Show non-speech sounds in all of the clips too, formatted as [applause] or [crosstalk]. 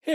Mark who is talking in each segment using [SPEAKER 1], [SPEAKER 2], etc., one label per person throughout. [SPEAKER 1] Hey,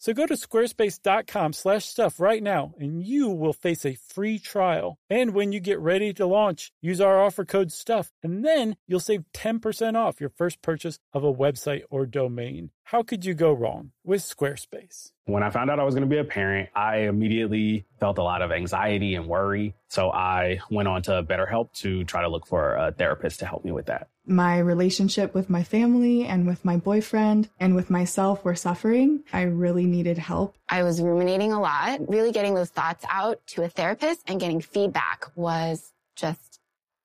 [SPEAKER 1] So go to squarespace.com/stuff right now and you will face a free trial. And when you get ready to launch, use our offer code stuff and then you'll save 10% off your first purchase of a website or domain. How could you go wrong with Squarespace?
[SPEAKER 2] When I found out I was going to be a parent, I immediately felt a lot of anxiety and worry. So I went on to BetterHelp to try to look for a therapist to help me with that.
[SPEAKER 3] My relationship with my family and with my boyfriend and with myself were suffering. I really needed help.
[SPEAKER 4] I was ruminating a lot. Really getting those thoughts out to a therapist and getting feedback was just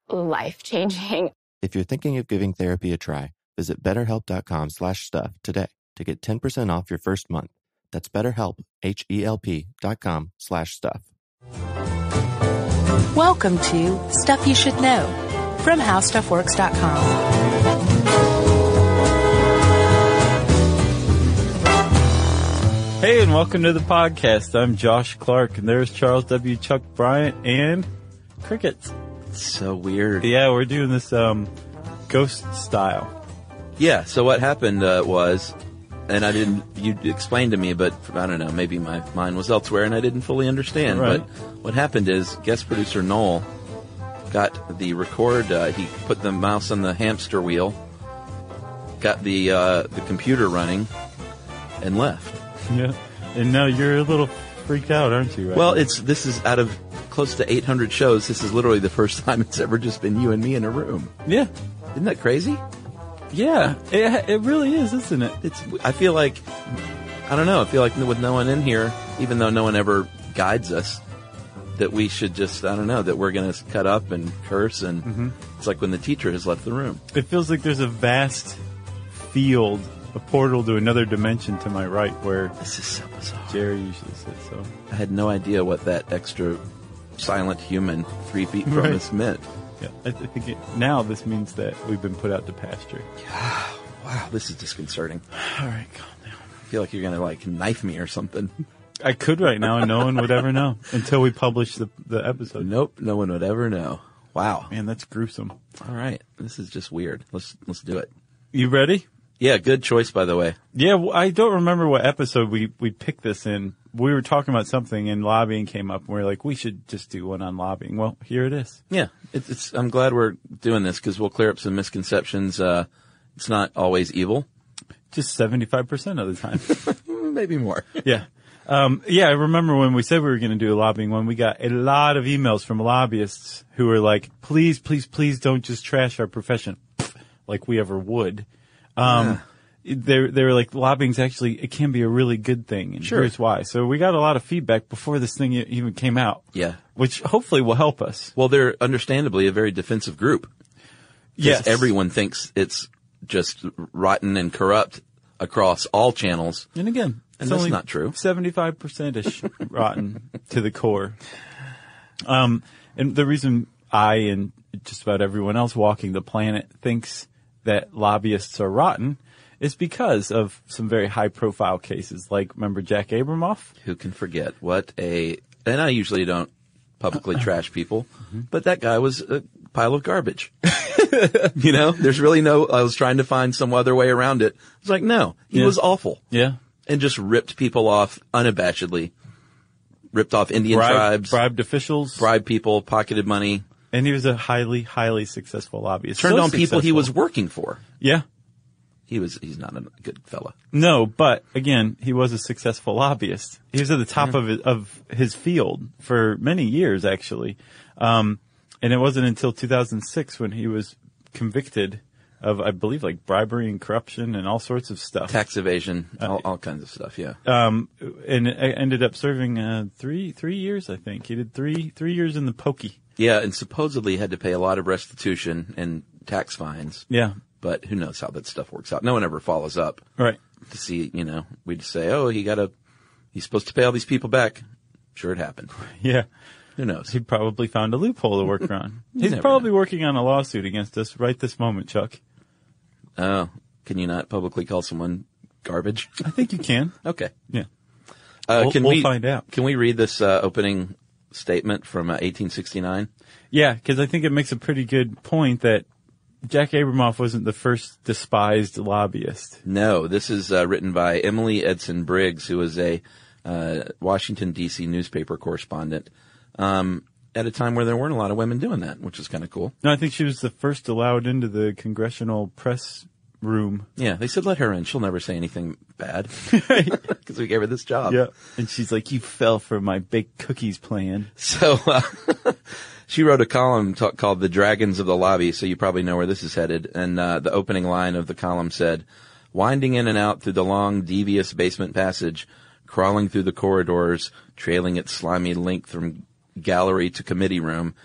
[SPEAKER 4] life changing.
[SPEAKER 5] If you're thinking of giving therapy a try, visit betterhelp.com slash stuff today to get 10% off your first month. That's betterhelp, H-E-L-P dot com slash stuff.
[SPEAKER 6] Welcome to Stuff You Should Know from HowStuffWorks.com.
[SPEAKER 1] Hey, and welcome to the podcast. I'm Josh Clark and there's Charles W. Chuck Bryant and Crickets.
[SPEAKER 7] So weird.
[SPEAKER 1] Yeah, we're doing this um, ghost style.
[SPEAKER 7] Yeah. So what happened uh, was, and I didn't. You explained to me, but I don't know. Maybe my mind was elsewhere, and I didn't fully understand.
[SPEAKER 1] Right.
[SPEAKER 7] But what happened is, guest producer Noel got the record. Uh, he put the mouse on the hamster wheel, got the uh, the computer running, and left.
[SPEAKER 1] Yeah. And now you're a little freaked out, aren't you? Right
[SPEAKER 7] Well,
[SPEAKER 1] now?
[SPEAKER 7] it's this is out of close to 800 shows. This is literally the first [laughs] time it's ever just been you and me in a room.
[SPEAKER 1] yeah,
[SPEAKER 7] Isn't that crazy?
[SPEAKER 1] yeah. It, it really is, isn't it?
[SPEAKER 7] It's. I feel like, I don't know. I feel like with no one in here, even though no one ever guides us, that we should just. I don't know. That we're going to cut up and curse and. It's like when the teacher has left the room.
[SPEAKER 1] It feels like there's a vast field, a portal to another dimension to my right where
[SPEAKER 7] This is so bizarre.
[SPEAKER 1] Jerry usually sits. So
[SPEAKER 7] I had no idea what that extra silent human three feet from
[SPEAKER 1] Right.
[SPEAKER 7] us meant.
[SPEAKER 1] yeah, I th- think it, now this means that we've been put out to pasture.
[SPEAKER 7] Wow, this is disconcerting.
[SPEAKER 1] All right, calm down.
[SPEAKER 7] I feel like you're going to like knife me or something. [laughs]
[SPEAKER 1] I could right now, and no one would ever know until we publish the the episode.
[SPEAKER 7] Nope, no one would ever know. Wow.
[SPEAKER 1] Man, that's gruesome.
[SPEAKER 7] All right, this is just weird. Let's let's do it.
[SPEAKER 1] You ready?
[SPEAKER 7] Yeah, good choice by the way.
[SPEAKER 1] Yeah, well, I don't remember what episode we, we picked this in. We were talking about something and lobbying came up and we are like, we should just do one on lobbying. Well, here it is.
[SPEAKER 7] Yeah, it's, it's I'm glad we're doing this because we'll clear up some misconceptions. Uh, it's not always evil.
[SPEAKER 1] Just 75% of the time. Mm, [laughs]
[SPEAKER 7] Maybe more.
[SPEAKER 1] yeah. Um, yeah, I remember when we said we were going to do a lobbying one, we got a lot of emails from lobbyists who were like, please, please, please don't just trash our profession like we ever would. Um, they, they were like, lobbying's actually, it can be a really good thing. And
[SPEAKER 7] Sure.
[SPEAKER 1] here's why. So we got a lot of feedback before this thing e- even came out.
[SPEAKER 7] Yeah.
[SPEAKER 1] Which hopefully will help us.
[SPEAKER 7] Well, they're understandably a very defensive group. 'Cause
[SPEAKER 1] Yes.
[SPEAKER 7] Everyone thinks it's just rotten and corrupt across all channels.
[SPEAKER 1] And again,
[SPEAKER 7] And that's not true.
[SPEAKER 1] Seventy-five percent
[SPEAKER 7] [laughs]
[SPEAKER 1] ish rotten to the core. Um, and the reason I and just about everyone else walking the planet thinks that lobbyists are rotten is because of some very high-profile cases, like remember Jack Abramoff.
[SPEAKER 7] Who can forget what a, and I usually don't
[SPEAKER 1] [clears throat]
[SPEAKER 7] publicly trash people,
[SPEAKER 1] Mm-hmm.
[SPEAKER 7] but that guy was a pile
[SPEAKER 1] [laughs]
[SPEAKER 7] of garbage. you know, there's really no, I was trying to find some other way around it. It's like, no, he
[SPEAKER 1] Yeah.
[SPEAKER 7] was awful
[SPEAKER 1] Yeah,
[SPEAKER 7] and just ripped people off unabashedly, ripped off Indian
[SPEAKER 1] bribed,
[SPEAKER 7] tribes,
[SPEAKER 1] bribed officials,
[SPEAKER 7] bribed people, pocketed money,
[SPEAKER 1] and he was a highly, highly successful lobbyist.
[SPEAKER 7] turned
[SPEAKER 1] So
[SPEAKER 7] on people he
[SPEAKER 1] successful.
[SPEAKER 7] was working for.
[SPEAKER 1] Yeah,
[SPEAKER 7] He was, he's not a good fella.
[SPEAKER 1] No, but again, he was a successful lobbyist. He was at the top of his, of his field for many years, actually. Um, and it wasn't until 2006 when he was convicted of, I believe, like bribery and corruption and all sorts of stuff.
[SPEAKER 7] Tax evasion, all, all kinds of stuff. Yeah.
[SPEAKER 1] Um, and I ended up serving uh, three three years, I think. He did three three years in the pokey.
[SPEAKER 7] Yeah. And supposedly had to pay a lot of restitution and tax fines.
[SPEAKER 1] Yeah,
[SPEAKER 7] but who knows how that stuff works out. No one ever follows up
[SPEAKER 1] right. [laughs]
[SPEAKER 7] to see, you know, we just say, oh, he got to, he's supposed to pay all these people back. Sure, it happened.
[SPEAKER 1] Yeah,
[SPEAKER 7] Who knows?
[SPEAKER 1] he probably found a loophole to [laughs] work around.
[SPEAKER 7] You
[SPEAKER 1] He's
[SPEAKER 7] never
[SPEAKER 1] probably working on a lawsuit against us right this moment, Chuck.
[SPEAKER 7] Oh, Can you not publicly call someone garbage?
[SPEAKER 1] I think you can.
[SPEAKER 7] Okay.
[SPEAKER 1] Yeah.
[SPEAKER 7] Uh,
[SPEAKER 1] We'll-
[SPEAKER 7] can
[SPEAKER 1] we'll
[SPEAKER 7] we
[SPEAKER 1] find out.
[SPEAKER 7] Can we read this uh, opening statement from uh, 1869?
[SPEAKER 1] Yeah, because I think it makes a pretty good point that Jack Abramoff wasn't the first despised lobbyist.
[SPEAKER 7] No, this is uh, written by Emily Edson Briggs, who is a uh, Washington D.C. newspaper correspondent. Um, at a time where there weren't a lot of women doing that, which is kind of cool.
[SPEAKER 1] No, I think she was the first allowed into the congressional press room.
[SPEAKER 7] Yeah, they said let her in; she'll never say anything
[SPEAKER 1] [laughs]
[SPEAKER 7] bad [laughs] because we gave her this job.
[SPEAKER 1] And she's like, you fell for my baked cookies plan.
[SPEAKER 7] So [laughs] uh, she wrote a column ta- called "The Dragons of the Lobby," so you probably know where this is headed. And uh, the opening line of the column said, "Winding in and out through the long, devious basement passage, crawling through the corridors, trailing its slimy length from gallery to committee room,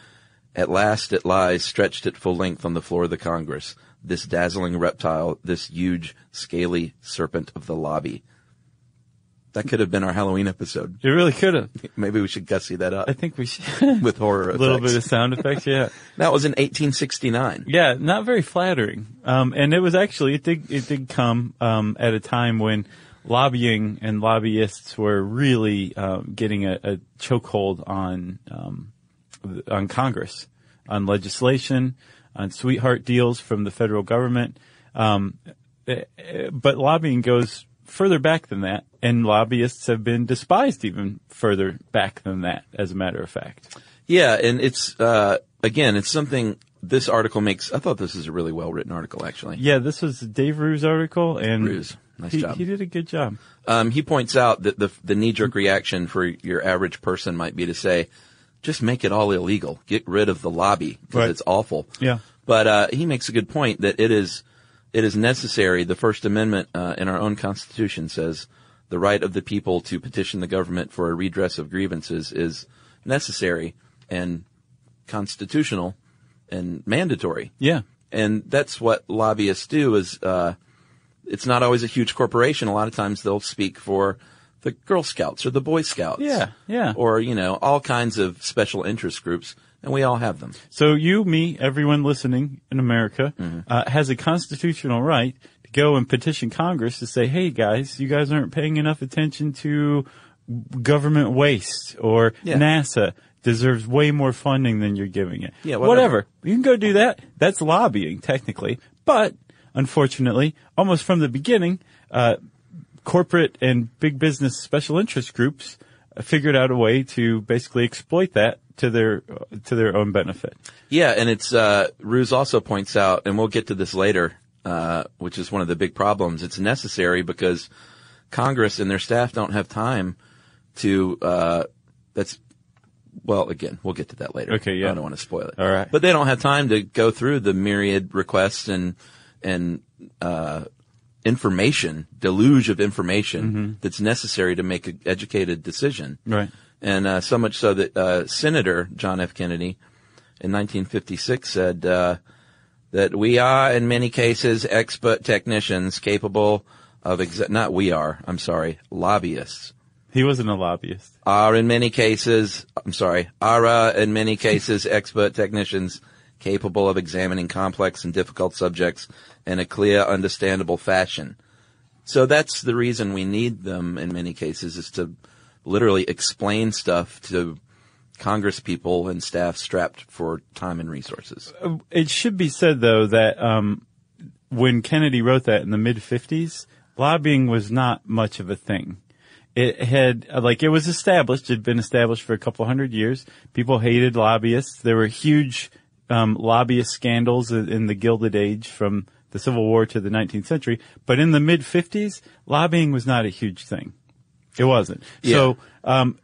[SPEAKER 7] at last it lies stretched at full length on the floor of the Congress. This dazzling reptile, this huge, scaly serpent of the lobby." That could have been our Halloween episode.
[SPEAKER 1] You really could have.
[SPEAKER 7] [laughs] Maybe we should gussy that up
[SPEAKER 1] I think we [laughs] should.
[SPEAKER 7] with horror.
[SPEAKER 1] a little
[SPEAKER 7] effects.
[SPEAKER 1] bit of sound effects, yeah.
[SPEAKER 7] that was in 1869.
[SPEAKER 1] Yeah, not very flattering. Um, and it was actually it did it did come um, at a time when lobbying and lobbyists were really um, getting a, a chokehold on um, th- on Congress, on legislation, on sweetheart deals from the federal government. Um, eh, eh, but lobbying goes further back than that, and lobbyists have been despised even further back than that. As a matter of fact,
[SPEAKER 7] Yeah, and it's uh, again, it's something this article makes. I thought this is a really well written article, actually.
[SPEAKER 1] yeah, this was Dave Ruse article, and
[SPEAKER 7] Ruse. Nice
[SPEAKER 1] he,
[SPEAKER 7] job.
[SPEAKER 1] he did a good job.
[SPEAKER 7] Um, he points out that the the knee jerk reaction for your average person might be to say, "Just make it all illegal. Get rid of the lobby because
[SPEAKER 1] Right.
[SPEAKER 7] it's awful."
[SPEAKER 1] Yeah.
[SPEAKER 7] But uh, he makes a good point that it is it is necessary. The First Amendment uh, in our own Constitution says the right of the people to petition the government for a redress of grievances is necessary and constitutional and mandatory.
[SPEAKER 1] Yeah.
[SPEAKER 7] And that's what lobbyists do. Is uh, it's not always a huge corporation. A lot of times they'll speak for the Girl Scouts or the Boy Scouts.
[SPEAKER 1] Yeah, yeah.
[SPEAKER 7] Or you know all kinds of special interest groups, and we all have them.
[SPEAKER 1] So you, me, everyone listening in America
[SPEAKER 7] Mm-hmm.
[SPEAKER 1] uh, has a constitutional right to go and petition Congress to say, "Hey guys, you guys aren't paying enough attention to government waste or
[SPEAKER 7] Yeah.
[SPEAKER 1] NASA deserves way more funding than you're giving it."
[SPEAKER 7] Yeah,
[SPEAKER 1] whatever.
[SPEAKER 7] whatever.
[SPEAKER 1] You can go do that. That's lobbying technically, but unfortunately, almost from the beginning, uh, corporate and big business special interest groups uh, figured out a way to basically exploit that to their uh, to their own benefit.
[SPEAKER 7] Yeah, and it's uh, Ruse also points out, and we'll get to this later, uh, which is one of the big problems. It's necessary because Congress and their staff don't have time to. Uh, that's well, again, we'll get to that later.
[SPEAKER 1] Okay, yeah.
[SPEAKER 7] I don't want to spoil it.
[SPEAKER 1] All right.
[SPEAKER 7] but they don't have time to go through the myriad requests and and uh, information deluge of information that's necessary to make an educated decision.
[SPEAKER 1] Mm-hmm. Right.
[SPEAKER 7] And uh, so much so that uh, Senator John F. Kennedy in 1956 said uh, that we are, in many cases, expert technicians capable of exe- not we are. I'm sorry, lobbyists
[SPEAKER 1] He wasn't a lobbyist.
[SPEAKER 7] are in many cases. I'm sorry, are uh, in many [laughs] cases expert technicians capable of examining complex and difficult subjects in a clear, understandable fashion. So that's the reason we need them in many cases is to literally explain stuff to Congress people and staff strapped for time and resources.
[SPEAKER 1] It should be said though that um, when Kennedy wrote that in the mid '50s, lobbying was not much of a thing. It had like it was established; it had been established for a couple hundred years. People hated lobbyists. There were huge um, lobbyist scandals in, in the Gilded Age from the Civil War to the 19th century. But in the mid '50s, lobbying was not a huge thing. It wasn't. So um,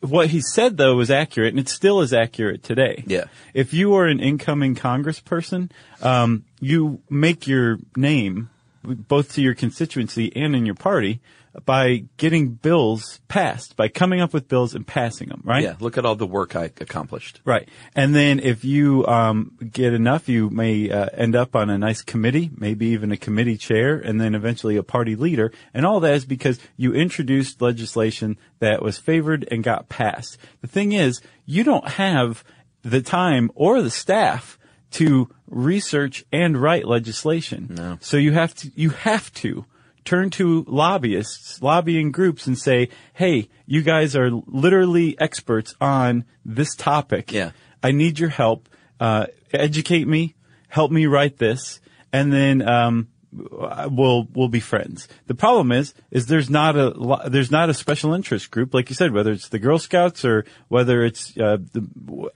[SPEAKER 1] what he said though was accurate, and it still is accurate today.
[SPEAKER 7] Yeah.
[SPEAKER 1] If you are an incoming Congressperson, um, you make your name both to your constituency and in your party by getting bills passed, by coming up with bills and passing them. Right.
[SPEAKER 7] Yeah, look at all the work I accomplished.
[SPEAKER 1] Right. And then if you um, get enough, you may uh, end up on a nice committee, maybe even a committee chair, and then eventually a party leader. And all that is because you introduced legislation that was favored and got passed. The thing is, you don't have the time or the staff to research and write legislation.
[SPEAKER 7] No.
[SPEAKER 1] So you have to you have to turn to lobbyists, lobbying groups and say, "Hey, you guys are literally experts on this topic.
[SPEAKER 7] Yeah.
[SPEAKER 1] I need your help. Uh, educate me, help me write this, and then um, we'll we'll be friends. The problem is is there's not a lo- there's not a special interest group like you said, whether it's the Girl Scouts or whether it's uh, the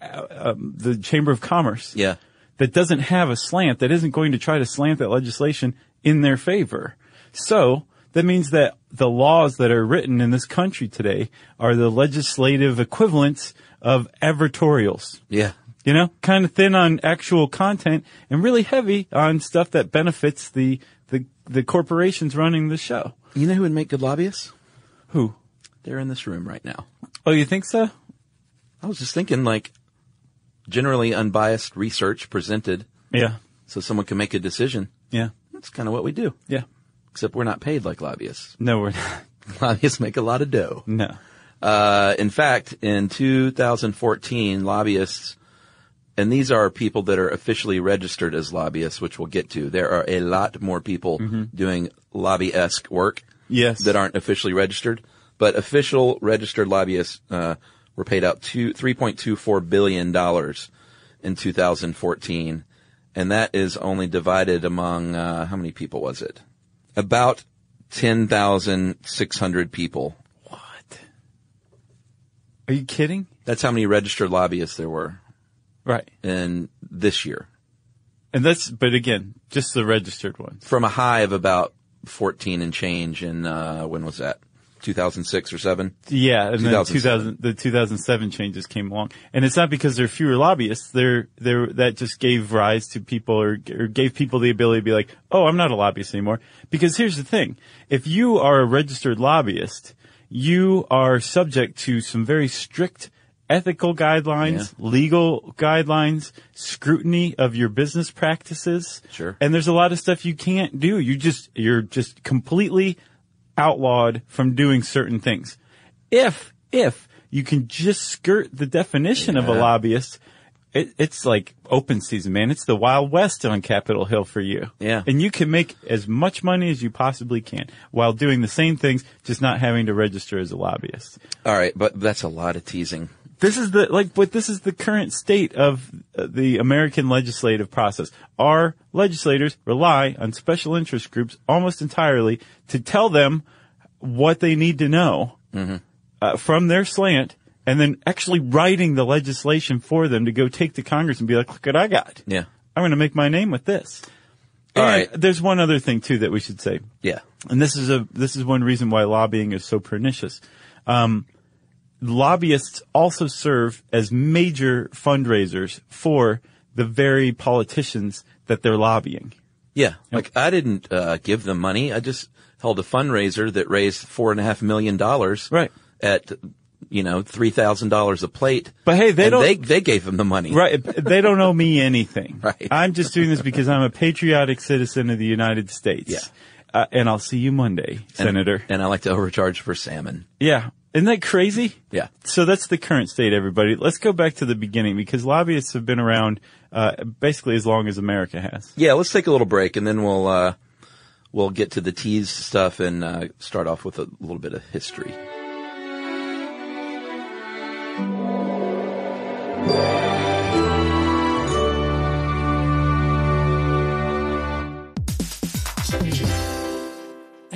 [SPEAKER 1] uh, um, the Chamber of Commerce
[SPEAKER 7] Yeah.
[SPEAKER 1] that doesn't have a slant that isn't going to try to slant that legislation in their favor. So that means that the laws that are written in this country today are the legislative equivalents of advertorials
[SPEAKER 7] Yeah.
[SPEAKER 1] you know, kind of thin on actual content and really heavy on stuff that benefits the the, the corporations running the show.
[SPEAKER 7] You know who would make good lobbyists?
[SPEAKER 1] Who?
[SPEAKER 7] They're in this room right now.
[SPEAKER 1] Oh, you think so?
[SPEAKER 7] I was just thinking like generally unbiased research presented
[SPEAKER 1] Yeah,
[SPEAKER 7] so someone can make a decision.
[SPEAKER 1] yeah,
[SPEAKER 7] That's kind of what we do.
[SPEAKER 1] yeah.
[SPEAKER 7] Except we're not paid like lobbyists. [laughs]
[SPEAKER 1] No, we're [laughs] not.
[SPEAKER 7] Lobbyists make a lot of dough.
[SPEAKER 1] No.
[SPEAKER 7] Uh, in fact, in 2014, lobbyists, and these are people that are officially registered as lobbyists, which we'll get to. There are a lot more people doing lobby-esque work
[SPEAKER 1] Yes.
[SPEAKER 7] that aren't officially registered, but official registered lobbyists, uh, were paid out two, $3.24 billion dollars in 2014. And that is only divided among, uh, how many people was it? About 10,600 people
[SPEAKER 1] What? Are you kidding?
[SPEAKER 7] That's how many registered lobbyists there were
[SPEAKER 1] Right.
[SPEAKER 7] in this year
[SPEAKER 1] And that's, but again, just the registered ones.
[SPEAKER 7] from a high of about 14 and change in, uh, when was that? 2006 or seven?
[SPEAKER 1] Yeah, and then
[SPEAKER 7] 2007.
[SPEAKER 1] 2000, the 2007 changes came along, and it's not because there are fewer lobbyists. There, there that just gave rise to people or, or gave people the ability to be like, oh, I'm not a lobbyist anymore. Because here's the thing: if you are a registered lobbyist, you are subject to some very strict ethical guidelines, legal guidelines, scrutiny of your business practices.
[SPEAKER 7] Sure.
[SPEAKER 1] And there's a lot of stuff you can't do. You just you're just completely outlawed from doing certain things. If if you can just skirt the definition of a lobbyist, it, it's like open season, man. It's the wild west on Capitol Hill for you.
[SPEAKER 7] Yeah.
[SPEAKER 1] and you can make as much money as you possibly can while doing the same things, just not having to register as a lobbyist.
[SPEAKER 7] All right. But that's a lot of teasing.
[SPEAKER 1] This is the like, but this is the current state of uh, the American legislative process. Our legislators rely on special interest groups almost entirely to tell them what they need to know
[SPEAKER 7] Mm-hmm.
[SPEAKER 1] uh, from their slant, and then actually writing the legislation for them to go take to Congress and be like, "Look what I got!
[SPEAKER 7] Yeah.
[SPEAKER 1] I'm going to make my name with this."
[SPEAKER 7] All
[SPEAKER 1] And
[SPEAKER 7] right.
[SPEAKER 1] There's one other thing too that we should say
[SPEAKER 7] Yeah.
[SPEAKER 1] and this is a this is one reason why lobbying is so pernicious. Um, lobbyists also serve as major fundraisers for the very politicians that they're lobbying.
[SPEAKER 7] Yeah. Like I didn't, uh, give them money. I just held a fundraiser that raised four and a half million dollars.
[SPEAKER 1] Right.
[SPEAKER 7] At, you know, $3,000 a plate.
[SPEAKER 1] But hey, they
[SPEAKER 7] And
[SPEAKER 1] don't-
[SPEAKER 7] they, they gave them the money.
[SPEAKER 1] Right. They don't owe me anything.
[SPEAKER 7] [laughs] Right.
[SPEAKER 1] I'm just doing this because I'm a patriotic citizen of the United States.
[SPEAKER 7] Yeah.
[SPEAKER 1] Uh, and I'll see you Monday,
[SPEAKER 7] And-
[SPEAKER 1] Senator.
[SPEAKER 7] And I like to overcharge for salmon.
[SPEAKER 1] yeah. Isn't that crazy?
[SPEAKER 7] Yeah.
[SPEAKER 1] So that's the current state, everybody. Let's go back to the beginning because lobbyists have been around uh, basically as long as America has.
[SPEAKER 7] Yeah, let's take a little break and then we'll uh, we'll get to the tease stuff and uh, start off with a little bit of history.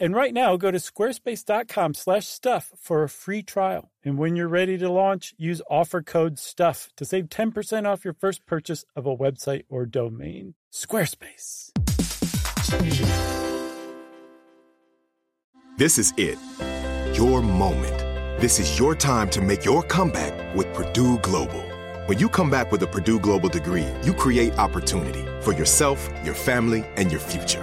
[SPEAKER 8] And right now, go to squarespace.com/stuff for a free trial. And when you're ready to launch, use offer code STUFF to save 10% off your first purchase of a website or domain. Squarespace.
[SPEAKER 5] This is it. Your moment. This is your time to make your comeback with Purdue Global. When you come back with a Purdue Global degree, you create opportunity for yourself, your family, and your future.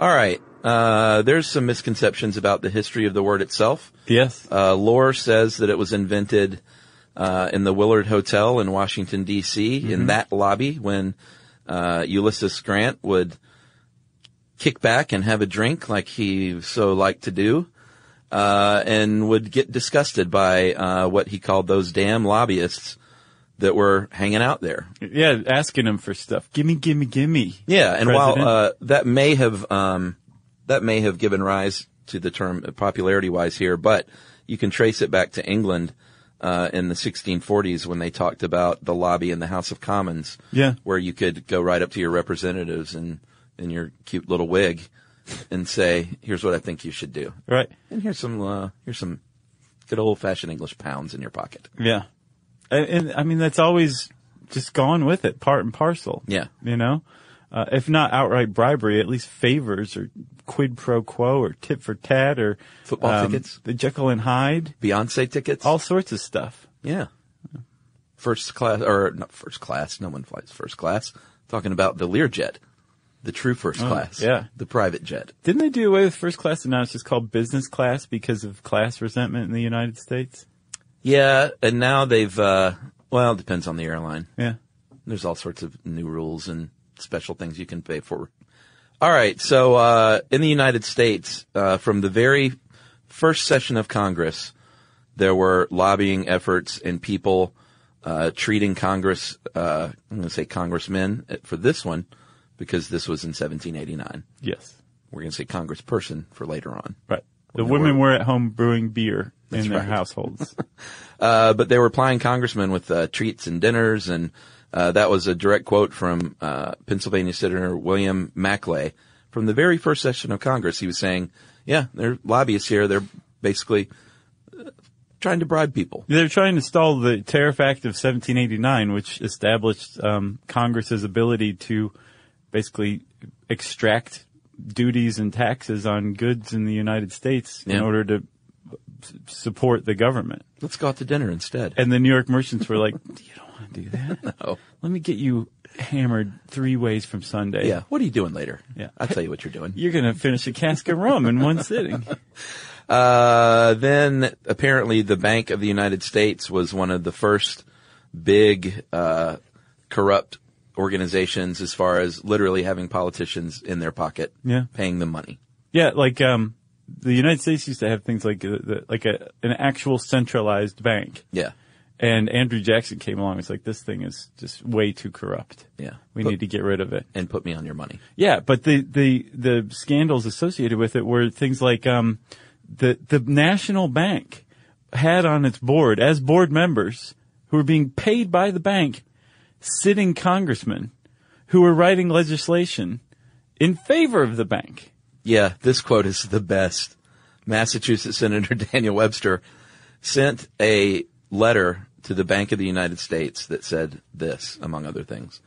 [SPEAKER 7] All right. Uh, there's some misconceptions about the history of the word itself.
[SPEAKER 1] Yes.
[SPEAKER 7] Uh, lore says that it was invented uh, in the Willard Hotel in Washington, D.C., in that lobby when uh, Ulysses Grant would kick back and have a drink like he so liked to do. Uh, and would get disgusted by uh, what he called those damn lobbyists that were hanging out there.
[SPEAKER 1] Yeah, asking him for stuff. Gimme, gimme, gimme.
[SPEAKER 7] Yeah, and
[SPEAKER 1] President.
[SPEAKER 7] while uh, that may have um, that may have given rise to the term popularity wise here, but you can trace it back to England uh, in the 1640s when they talked about the lobby in the House of Commons,
[SPEAKER 1] Yeah.
[SPEAKER 7] where you could go right up to your representatives and in your cute little wig and say, "Here's what I think you should do,"
[SPEAKER 1] Right.
[SPEAKER 7] and here's some uh, here's some good old fashioned English pounds in your pocket.
[SPEAKER 1] Yeah. And, and I mean, that's always just gone with it, part and parcel.
[SPEAKER 7] Yeah.
[SPEAKER 1] You know? Uh, if not outright bribery, at least favors or quid pro quo or tit for tat or
[SPEAKER 7] Football tickets.
[SPEAKER 1] the Jekyll and Hyde,
[SPEAKER 7] Beyonce tickets,
[SPEAKER 1] Um, all sorts of stuff.
[SPEAKER 7] Yeah. First class, or not first class. No one flies first class. Talking about the Learjet, the true first class.
[SPEAKER 1] yeah.
[SPEAKER 7] The private jet.
[SPEAKER 1] Didn't they do away with first class and now it's just called business class because of class resentment in the United States?
[SPEAKER 7] Yeah. And now they've, uh, well, it depends on the airline.
[SPEAKER 1] Yeah.
[SPEAKER 7] There's all sorts of new rules and special things you can pay for. All right. So, uh, in the United States, uh, from the very first session of Congress, there were lobbying efforts and people, uh, treating Congress, uh, I'm going to say congressmen uh, for this one because this was in 1789.
[SPEAKER 1] Yes.
[SPEAKER 7] We're going to say congressperson for later on.
[SPEAKER 1] Right. The
[SPEAKER 7] Well,
[SPEAKER 1] women
[SPEAKER 7] we're-
[SPEAKER 1] were at home brewing beer
[SPEAKER 7] That's
[SPEAKER 1] in their
[SPEAKER 7] right.
[SPEAKER 1] households.
[SPEAKER 7] Uh, but they were plying congressmen with uh, treats and dinners, and uh, that was a direct quote from uh, Pennsylvania Senator William Maclay from the very first session of Congress. He was saying, "Yeah, they're lobbyists here. They're basically uh, trying to bribe people."
[SPEAKER 1] They're trying to stall the Tariff Act of 1789, which established um, Congress's ability to basically extract duties and taxes on goods in the United States
[SPEAKER 7] Yeah.
[SPEAKER 1] in order to s- support the government.
[SPEAKER 7] Let's go out to dinner instead. Oh,
[SPEAKER 1] And the New York merchants were like, "You don't want to do that.
[SPEAKER 7] No.
[SPEAKER 1] Let me get you hammered three ways from Sunday.
[SPEAKER 7] Yeah. What are you doing later?
[SPEAKER 1] Yeah.
[SPEAKER 7] I'll tell you what you're doing.
[SPEAKER 1] You're going to finish a cask of rum in one sitting."
[SPEAKER 7] Uh, then apparently the Bank of the United States was one of the first big, uh, corrupt organizations as far as literally having politicians in their pocket.
[SPEAKER 1] Yeah.
[SPEAKER 7] Paying them money.
[SPEAKER 1] Yeah, like um, the United States used to have things like uh, the, like a, an actual centralized bank.
[SPEAKER 7] Yeah.
[SPEAKER 1] And Andrew Jackson came along. He's like, this thing is just way too corrupt.
[SPEAKER 7] Yeah.
[SPEAKER 1] We
[SPEAKER 7] Put-
[SPEAKER 1] need to get rid of it.
[SPEAKER 7] And put me on your money.
[SPEAKER 1] Yeah. But the, the, the scandals associated with it were things like, um, the, the national bank had on its board as board members who were being paid by the bank sitting congressmen who were writing legislation in favor of the bank.
[SPEAKER 7] Yeah. This quote is the best. Massachusetts Senator [laughs] Daniel Webster sent a letter to the Bank of the United States that said this, among other things.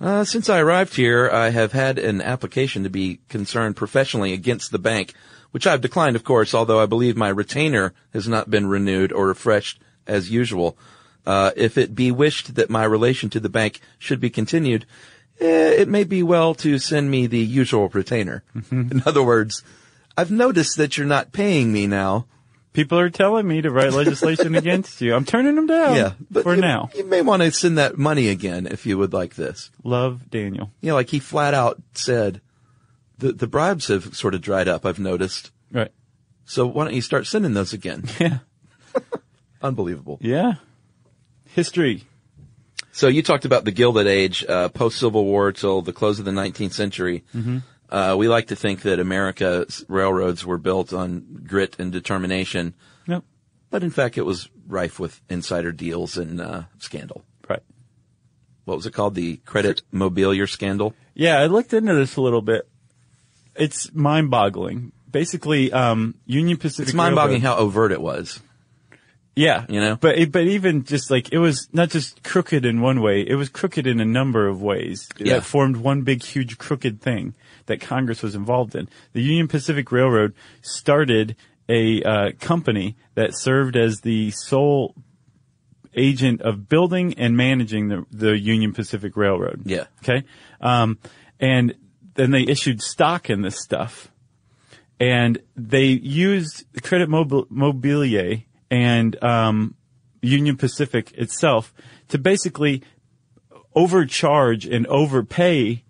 [SPEAKER 7] Uh, since I arrived here, I have had an application to be concerned professionally against the bank, which I've declined, of course, although I believe my retainer has not been renewed or refreshed as usual. Uh, if it be wished that my relation to the bank should be continued, eh, it may be well to send me the usual retainer. In [laughs] other words, I've noticed that you're not paying me now.
[SPEAKER 1] People are telling me to write
[SPEAKER 7] [laughs]
[SPEAKER 1] legislation against you. I'm turning them down
[SPEAKER 7] yeah, but
[SPEAKER 1] Oh, for
[SPEAKER 7] you,
[SPEAKER 1] now.
[SPEAKER 7] you may want to send that money again if you would like this.
[SPEAKER 1] Love, Daniel.
[SPEAKER 7] You know, like he flat out said, the the bribes have sort of dried up. I've noticed.
[SPEAKER 1] Right.
[SPEAKER 7] So why don't you start sending those again?
[SPEAKER 1] [laughs] Yeah.
[SPEAKER 7] [laughs] Unbelievable.
[SPEAKER 1] Yeah. History.
[SPEAKER 7] So you talked about the Gilded Age, uh, post Civil War till the close of the 19th century.
[SPEAKER 1] Mm-hmm.
[SPEAKER 7] Uh, we like to think that America's railroads were built on grit and determination,
[SPEAKER 1] Nope.
[SPEAKER 7] but in fact, it was rife with insider deals and uh, scandal.
[SPEAKER 1] Right.
[SPEAKER 7] What was it called? The credit mobilier scandal.
[SPEAKER 1] Yeah, I looked into this a little bit. It's mind boggling. Basically, um, Union Pacific.
[SPEAKER 7] It's mind-boggling
[SPEAKER 1] Railroad-
[SPEAKER 7] how overt it was.
[SPEAKER 1] Yeah,
[SPEAKER 7] You know?
[SPEAKER 1] but it- but even just like it was not just crooked in one way; it was crooked in a number of ways
[SPEAKER 7] Yeah.
[SPEAKER 1] that formed one big, huge, crooked thing that Congress was involved in. The Union Pacific Railroad started a uh, company that served as the sole agent of building and managing the the Union Pacific Railroad.
[SPEAKER 7] Yeah.
[SPEAKER 1] Okay. Um, and then they issued stock in this stuff. And they used Credit Mobil- Mobilier and um, Union Pacific itself to basically overcharge and overpay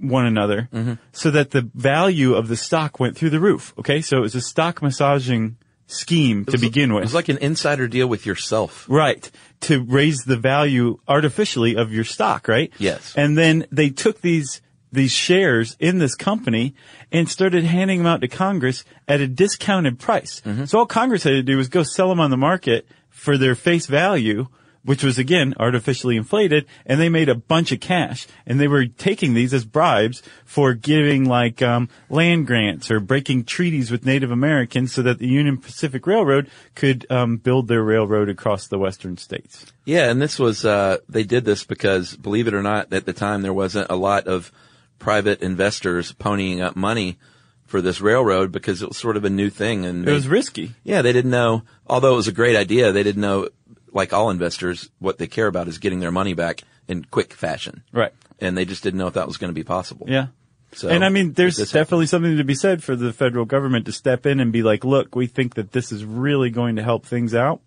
[SPEAKER 1] one another
[SPEAKER 7] Mm-hmm.
[SPEAKER 1] so that the value of the stock went through the roof. Okay. So it was a stock massaging scheme to begin with.
[SPEAKER 7] It was like an insider deal with yourself.
[SPEAKER 1] Right. To raise the value artificially of your stock, right?
[SPEAKER 7] Yes.
[SPEAKER 1] And then they took these, these shares in this company and started handing them out to Congress at a discounted price. So all Congress had to do was go sell them on the market for their face value. Which was again artificially inflated and they made a bunch of cash and they were taking these as bribes for giving like, um, land grants or breaking treaties with Native Americans so that the Union Pacific Railroad could, um, build their railroad across the western states.
[SPEAKER 7] Yeah, and this was uh, they did this because, believe it or not, at the time there wasn't a lot of private investors ponying up money for this railroad because it was sort of a new thing. And
[SPEAKER 1] It
[SPEAKER 7] they-
[SPEAKER 1] was risky.
[SPEAKER 7] yeah, they didn't know. Although it was a great idea, they didn't know. Like all investors, what they care about is getting their money back in quick fashion,
[SPEAKER 1] Right.
[SPEAKER 7] and they just didn't know if that was going to be possible.
[SPEAKER 1] Yeah.
[SPEAKER 7] So
[SPEAKER 1] and I mean, there's
[SPEAKER 7] this happened.
[SPEAKER 1] definitely something to be said for the federal government to step in and be like, look, we think that this is really going to help things out.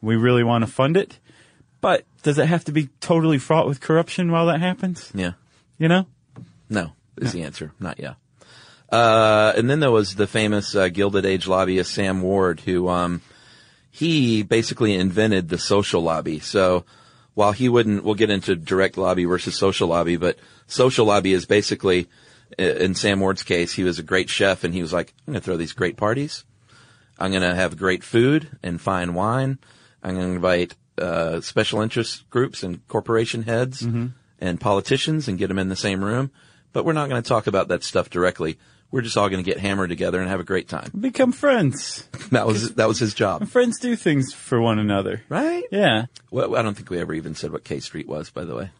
[SPEAKER 1] We really want to fund it. But does it have to be totally fraught with corruption while that happens?
[SPEAKER 7] yeah.
[SPEAKER 1] You know?
[SPEAKER 7] No, is the answer. Not yeah. Uh, and then there was the famous uh, Gilded Age lobbyist Sam Ward, who um, he basically invented the social lobby. So while he wouldn't, we'll get into direct lobby versus social lobby, but social lobby is basically, i- in Sam Ward's case, he was a great chef, and he was like, I'm going to throw these great parties. I'm going to have great food and fine wine. I'm going to invite uh, special interest groups and corporation heads
[SPEAKER 1] Mm-hmm.
[SPEAKER 7] and politicians and get them in the same room. But we're not going to talk about that stuff directly. We're just all going to get hammered together and have a great time. [laughs]
[SPEAKER 1] Become friends.
[SPEAKER 7] That was that was
[SPEAKER 1] [laughs]
[SPEAKER 7] his job,
[SPEAKER 1] Friends do things for one another.
[SPEAKER 7] right?
[SPEAKER 1] Yeah.
[SPEAKER 7] Well, I don't think we ever even said what K Street was, by the way.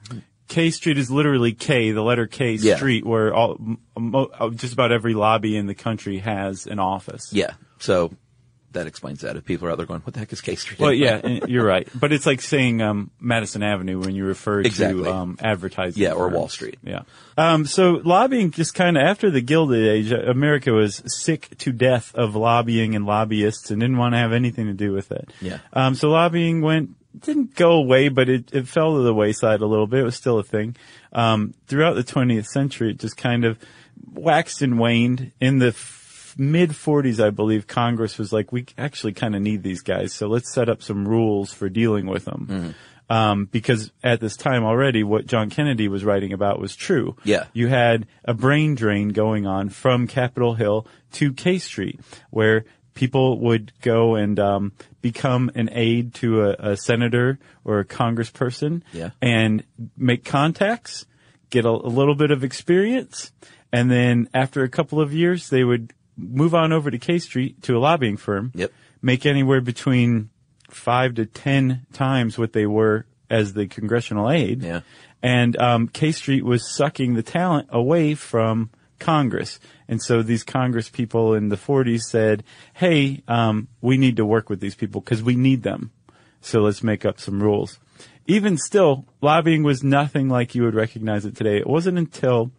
[SPEAKER 1] K Street is literally K, the letter K
[SPEAKER 7] Yeah.
[SPEAKER 1] Street, where all, m- mo- uh, just about every lobby in the country has an office.
[SPEAKER 7] Yeah, so that explains that. If people are out there going, "What the heck is K Street?"
[SPEAKER 1] Well, yeah, and you're right. But it's like saying um, Madison Avenue when you refer
[SPEAKER 7] Exactly.
[SPEAKER 1] to um, advertising.
[SPEAKER 7] Yeah, or
[SPEAKER 1] firms.
[SPEAKER 7] Wall Street.
[SPEAKER 1] Yeah. Um, so lobbying, just kind of after the Gilded Age, uh, America was sick to death of lobbying and lobbyists and didn't want to have anything to do with it.
[SPEAKER 7] Yeah.
[SPEAKER 1] Um, so lobbying went didn't go away, but it, it fell to the wayside a little bit. It was still a thing. Um, throughout the 20th century, it just kind of waxed and waned. In the f- mid 40s, I believe Congress was like, we actually kind of need these guys, so let's set up some rules for dealing with them.
[SPEAKER 7] Mm-hmm.
[SPEAKER 1] Um, because at this time already, what John Kennedy was writing about was true.
[SPEAKER 7] Yeah.
[SPEAKER 1] You had a brain drain going on from Capitol Hill to K Street, where people would go and um, become an aide to a, a senator or a congressperson
[SPEAKER 7] Yeah.
[SPEAKER 1] and make contacts, get a, a little bit of experience, and then after a couple of years, they would move on over to K Street to a lobbying firm
[SPEAKER 7] [laughs] Yep.
[SPEAKER 1] make anywhere between five to ten times what they were as the congressional aide.
[SPEAKER 7] Yeah.
[SPEAKER 1] And um, K Street was sucking the talent away from Congress, and so these Congress people in the '40s said, "Hey, um, we need to work with these people because we need them. So let's make up some rules." Even still, lobbying was nothing like you would recognize it today. It wasn't until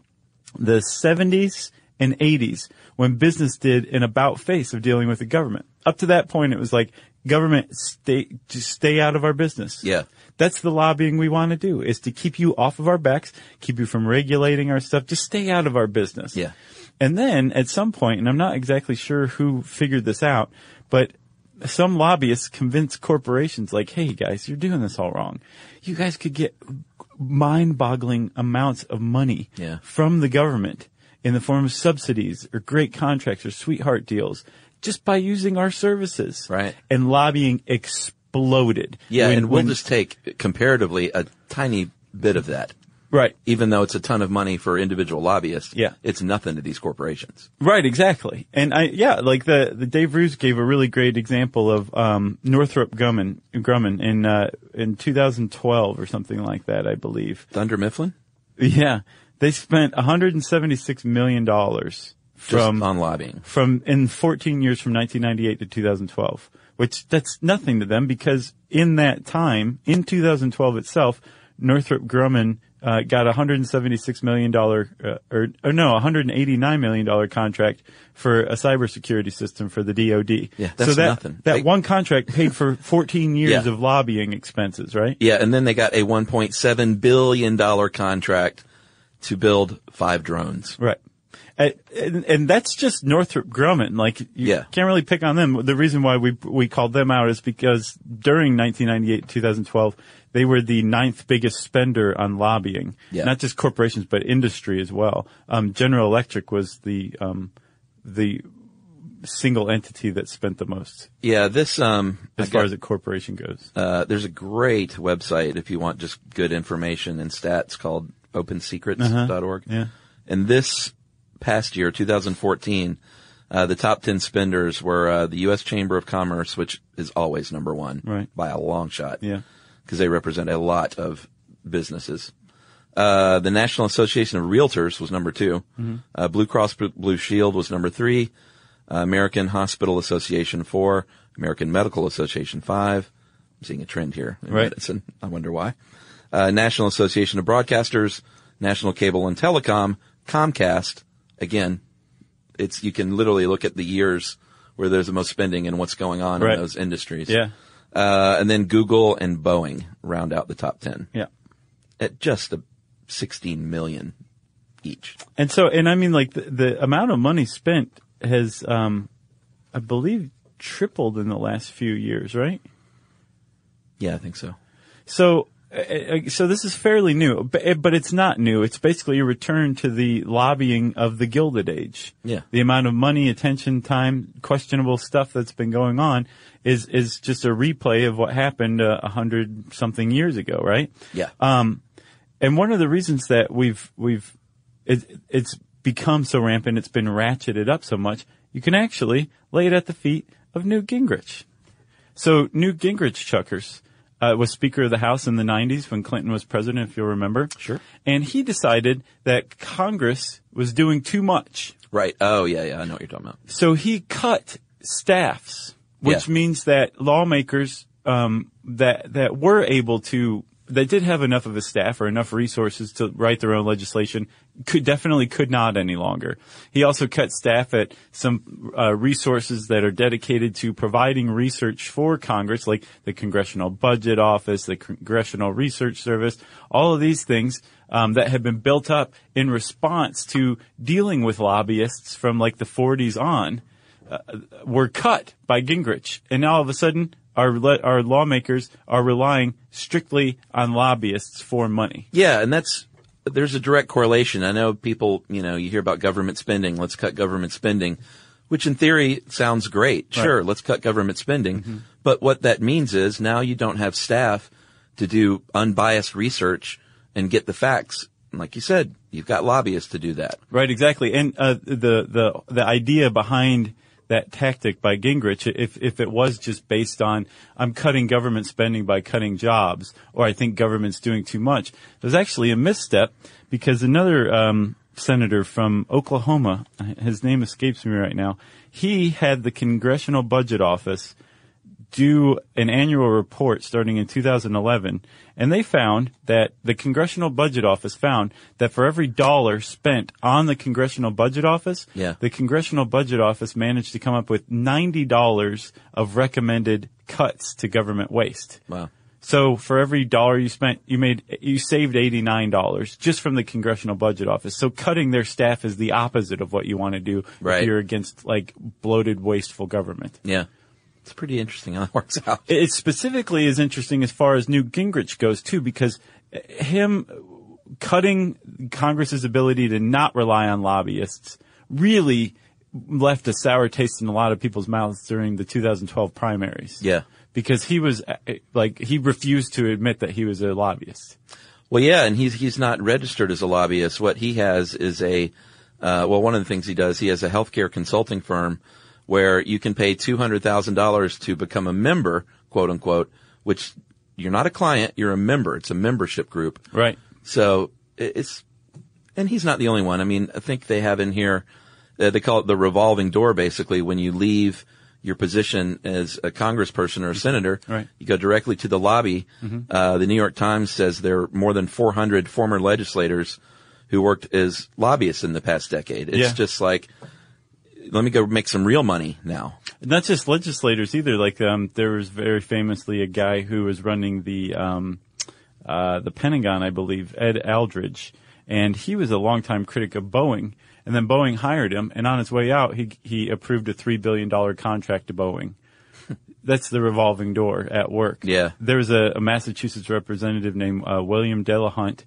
[SPEAKER 1] the 70s and 80s when business did an about face of dealing with the government. Up to that point, it was like, government, stay, just stay out of our business.
[SPEAKER 7] Yeah.
[SPEAKER 1] That's the lobbying we want to do is to keep you off of our backs, keep you from regulating our stuff. Just stay out of our business.
[SPEAKER 7] Yeah.
[SPEAKER 1] And then at some point, and I'm not exactly sure who figured this out, but some lobbyists convinced corporations like, hey guys, you're doing this all wrong. You guys could get mind boggling amounts of money
[SPEAKER 7] Yeah.
[SPEAKER 1] from the government in the form of subsidies or great contracts or sweetheart deals just by using our services.
[SPEAKER 7] Right.
[SPEAKER 1] And lobbying exploded.
[SPEAKER 7] Yeah,
[SPEAKER 1] When-
[SPEAKER 7] and we'll
[SPEAKER 1] when-
[SPEAKER 7] just take comparatively a tiny bit of that.
[SPEAKER 1] Right.
[SPEAKER 7] Even though it's a ton of money for individual lobbyists,
[SPEAKER 1] Yeah.
[SPEAKER 7] it's nothing to these corporations.
[SPEAKER 1] Right, exactly. And I, yeah, like the, the Dave Roos gave a really great example of, um, Northrop Grumman, Grumman in, uh, in 2012 or something like that, I believe.
[SPEAKER 7] Thunder Mifflin,
[SPEAKER 1] Yeah. They spent $176 million
[SPEAKER 7] just
[SPEAKER 1] from,
[SPEAKER 7] on lobbying.
[SPEAKER 1] from in 14 years from 1998 to 2012, which that's nothing to them because in that time, in 2012 itself, Northrop Grumman uh, got a 176 million dollar, uh, or, or no, 189 million dollar contract for a cybersecurity system for the DoD.
[SPEAKER 7] Yeah,
[SPEAKER 1] so
[SPEAKER 7] that's
[SPEAKER 1] that
[SPEAKER 7] nothing.
[SPEAKER 1] that
[SPEAKER 7] They-
[SPEAKER 1] one contract paid for 14 years
[SPEAKER 7] [laughs] Yeah.
[SPEAKER 1] of lobbying expenses, right?
[SPEAKER 7] Yeah, and then they got a 1.7 billion dollar contract to build five drones.
[SPEAKER 1] Right. And, and, and that's just Northrop Grumman. Like, you
[SPEAKER 7] Yeah.
[SPEAKER 1] can't really pick on them. The reason why we, we called them out is because during 1998, 2012, they were the ninth biggest spender on lobbying.
[SPEAKER 7] Yeah.
[SPEAKER 1] Not just corporations, but industry as well. Um, General Electric was the, um, the single entity that spent the most
[SPEAKER 7] Yeah, this um
[SPEAKER 1] as
[SPEAKER 7] I
[SPEAKER 1] far
[SPEAKER 7] got-
[SPEAKER 1] as a corporation goes.
[SPEAKER 7] uh, there's a great website if you want just good information and stats called opensecrets.org.
[SPEAKER 1] Uh-huh. Yeah.
[SPEAKER 7] And this past year, 2014, uh, the top 10 spenders were uh, the U.S. Chamber of Commerce, which is always number one
[SPEAKER 1] Right.
[SPEAKER 7] by a long shot
[SPEAKER 1] Yeah.
[SPEAKER 7] because they represent a lot of businesses. Uh, the National Association of Realtors was number 2
[SPEAKER 1] Mm-hmm.
[SPEAKER 7] Uh, Blue Cross Bl- Blue Shield was number three. Uh, American Hospital Association four. American Medical Association five. I'm seeing a trend here in
[SPEAKER 1] Right.
[SPEAKER 7] medicine. I wonder why. Uh, National Association of Broadcasters, National Cable and Telecom, Comcast. Again, it's you can literally look at the years where there's the most spending and what's going on
[SPEAKER 1] Right.
[SPEAKER 7] in those industries.
[SPEAKER 1] Yeah.
[SPEAKER 7] Uh, and then Google and Boeing round out the top 10
[SPEAKER 1] Yeah.
[SPEAKER 7] at just a 16 million each.
[SPEAKER 1] And so, and I mean, like the, the amount of money spent has, um, I believe, tripled in the last few years, right?
[SPEAKER 7] Yeah, I think so.
[SPEAKER 1] So, uh, uh, so this is fairly new, uh, but, but it's not new. It's basically a return to the lobbying of the Gilded Age.
[SPEAKER 7] Yeah.
[SPEAKER 1] The amount of money, attention, time, questionable stuff that's been going on is is just a replay of what happened uh, a hundred something years ago, right?
[SPEAKER 7] Yeah.
[SPEAKER 1] Um, and one of the reasons that we've we've it, it's become so rampant, it's been ratcheted up so much, you can actually lay it at the feet of Newt Gingrich. So Newt Gingrich Chuckers uh, was Speaker of the House in the '90s when Clinton was president, if you'll remember. Sure. And he decided that Congress was doing too much
[SPEAKER 7] right. Oh, yeah, yeah. I know what you're talking about.
[SPEAKER 1] so he cut staffs, which
[SPEAKER 7] Yeah.
[SPEAKER 1] means that lawmakers um, that that were able to that did have enough of a staff or enough resources to write their own legislation could definitely could not any longer. He also cut staff at some uh, resources that are dedicated to providing research for Congress, like the Congressional Budget Office, the Congressional Research Service, all of these things um, that have been built up in response to dealing with lobbyists from like the 40s on uh, were cut by Gingrich, and now all of a sudden our le- our lawmakers are relying strictly on lobbyists for money.
[SPEAKER 7] Yeah, and that's, there's a direct correlation. I know people, you know, you hear about government spending. Let's cut government spending, which in theory sounds great. Sure, let's cut government spending. But what that means is now you don't have staff to do unbiased research and get the facts. And like you said, you've got lobbyists to do that.
[SPEAKER 1] Right, exactly. And uh, the the the idea behind that tactic by Gingrich, if if it was just based on I'm cutting government spending by cutting jobs, or I think government's doing too much, there's actually a misstep because another um, senator from Oklahoma, his name escapes me right now, he had the Congressional Budget Office do an annual report starting in 2011, and they found that the Congressional Budget Office found that for every dollar spent on the Congressional Budget Office,
[SPEAKER 7] Yeah.
[SPEAKER 1] the Congressional Budget Office managed to come up with $90 of recommended cuts to government waste.
[SPEAKER 7] Wow.
[SPEAKER 1] So for every dollar you spent, you made, you saved $89 just from the Congressional Budget Office. So cutting their staff is the opposite of what you want to do
[SPEAKER 7] Right.
[SPEAKER 1] if you're against like bloated, wasteful government.
[SPEAKER 7] Yeah. It's pretty interesting how it works out.
[SPEAKER 1] It it specifically is interesting as far as Newt Gingrich goes too, because uh, him cutting Congress's ability to not rely on lobbyists really left a sour taste in a lot of people's mouths during the 2012 primaries.
[SPEAKER 7] Yeah.
[SPEAKER 1] Because he was uh, uh, like, he refused to admit that he was a lobbyist.
[SPEAKER 7] Well, yeah, and he's he's not registered as a lobbyist. What he has is a uh, well, one of the things he does, he has a healthcare consulting firm where you can pay two hundred thousand dollars to become a member, quote unquote, which you're not a client, you're a member. It's a membership group.
[SPEAKER 1] Right.
[SPEAKER 7] So i- it's, and he's not the only one. I mean, I think they have in here, uh, they call it the revolving door basically. When you leave your position as a congressperson or a senator,
[SPEAKER 1] Right. Mm-hmm.
[SPEAKER 7] you go directly to the lobby. Uh, the New York Times says there are more than 400 former legislators who worked as lobbyists in the past decade. It's
[SPEAKER 1] Yeah.
[SPEAKER 7] just like, let me go make some real money now.
[SPEAKER 1] not just legislators either. Like um, there was very famously a guy who was running the um, uh, the Pentagon, I believe, Ed Aldridge, and he was a longtime critic of Boeing. And then Boeing hired him, and on his way out, he he approved a three billion dollar contract to Boeing. [laughs] That's the revolving door at work.
[SPEAKER 7] Yeah.
[SPEAKER 1] There was a, a Massachusetts representative named uh, William Delahunt,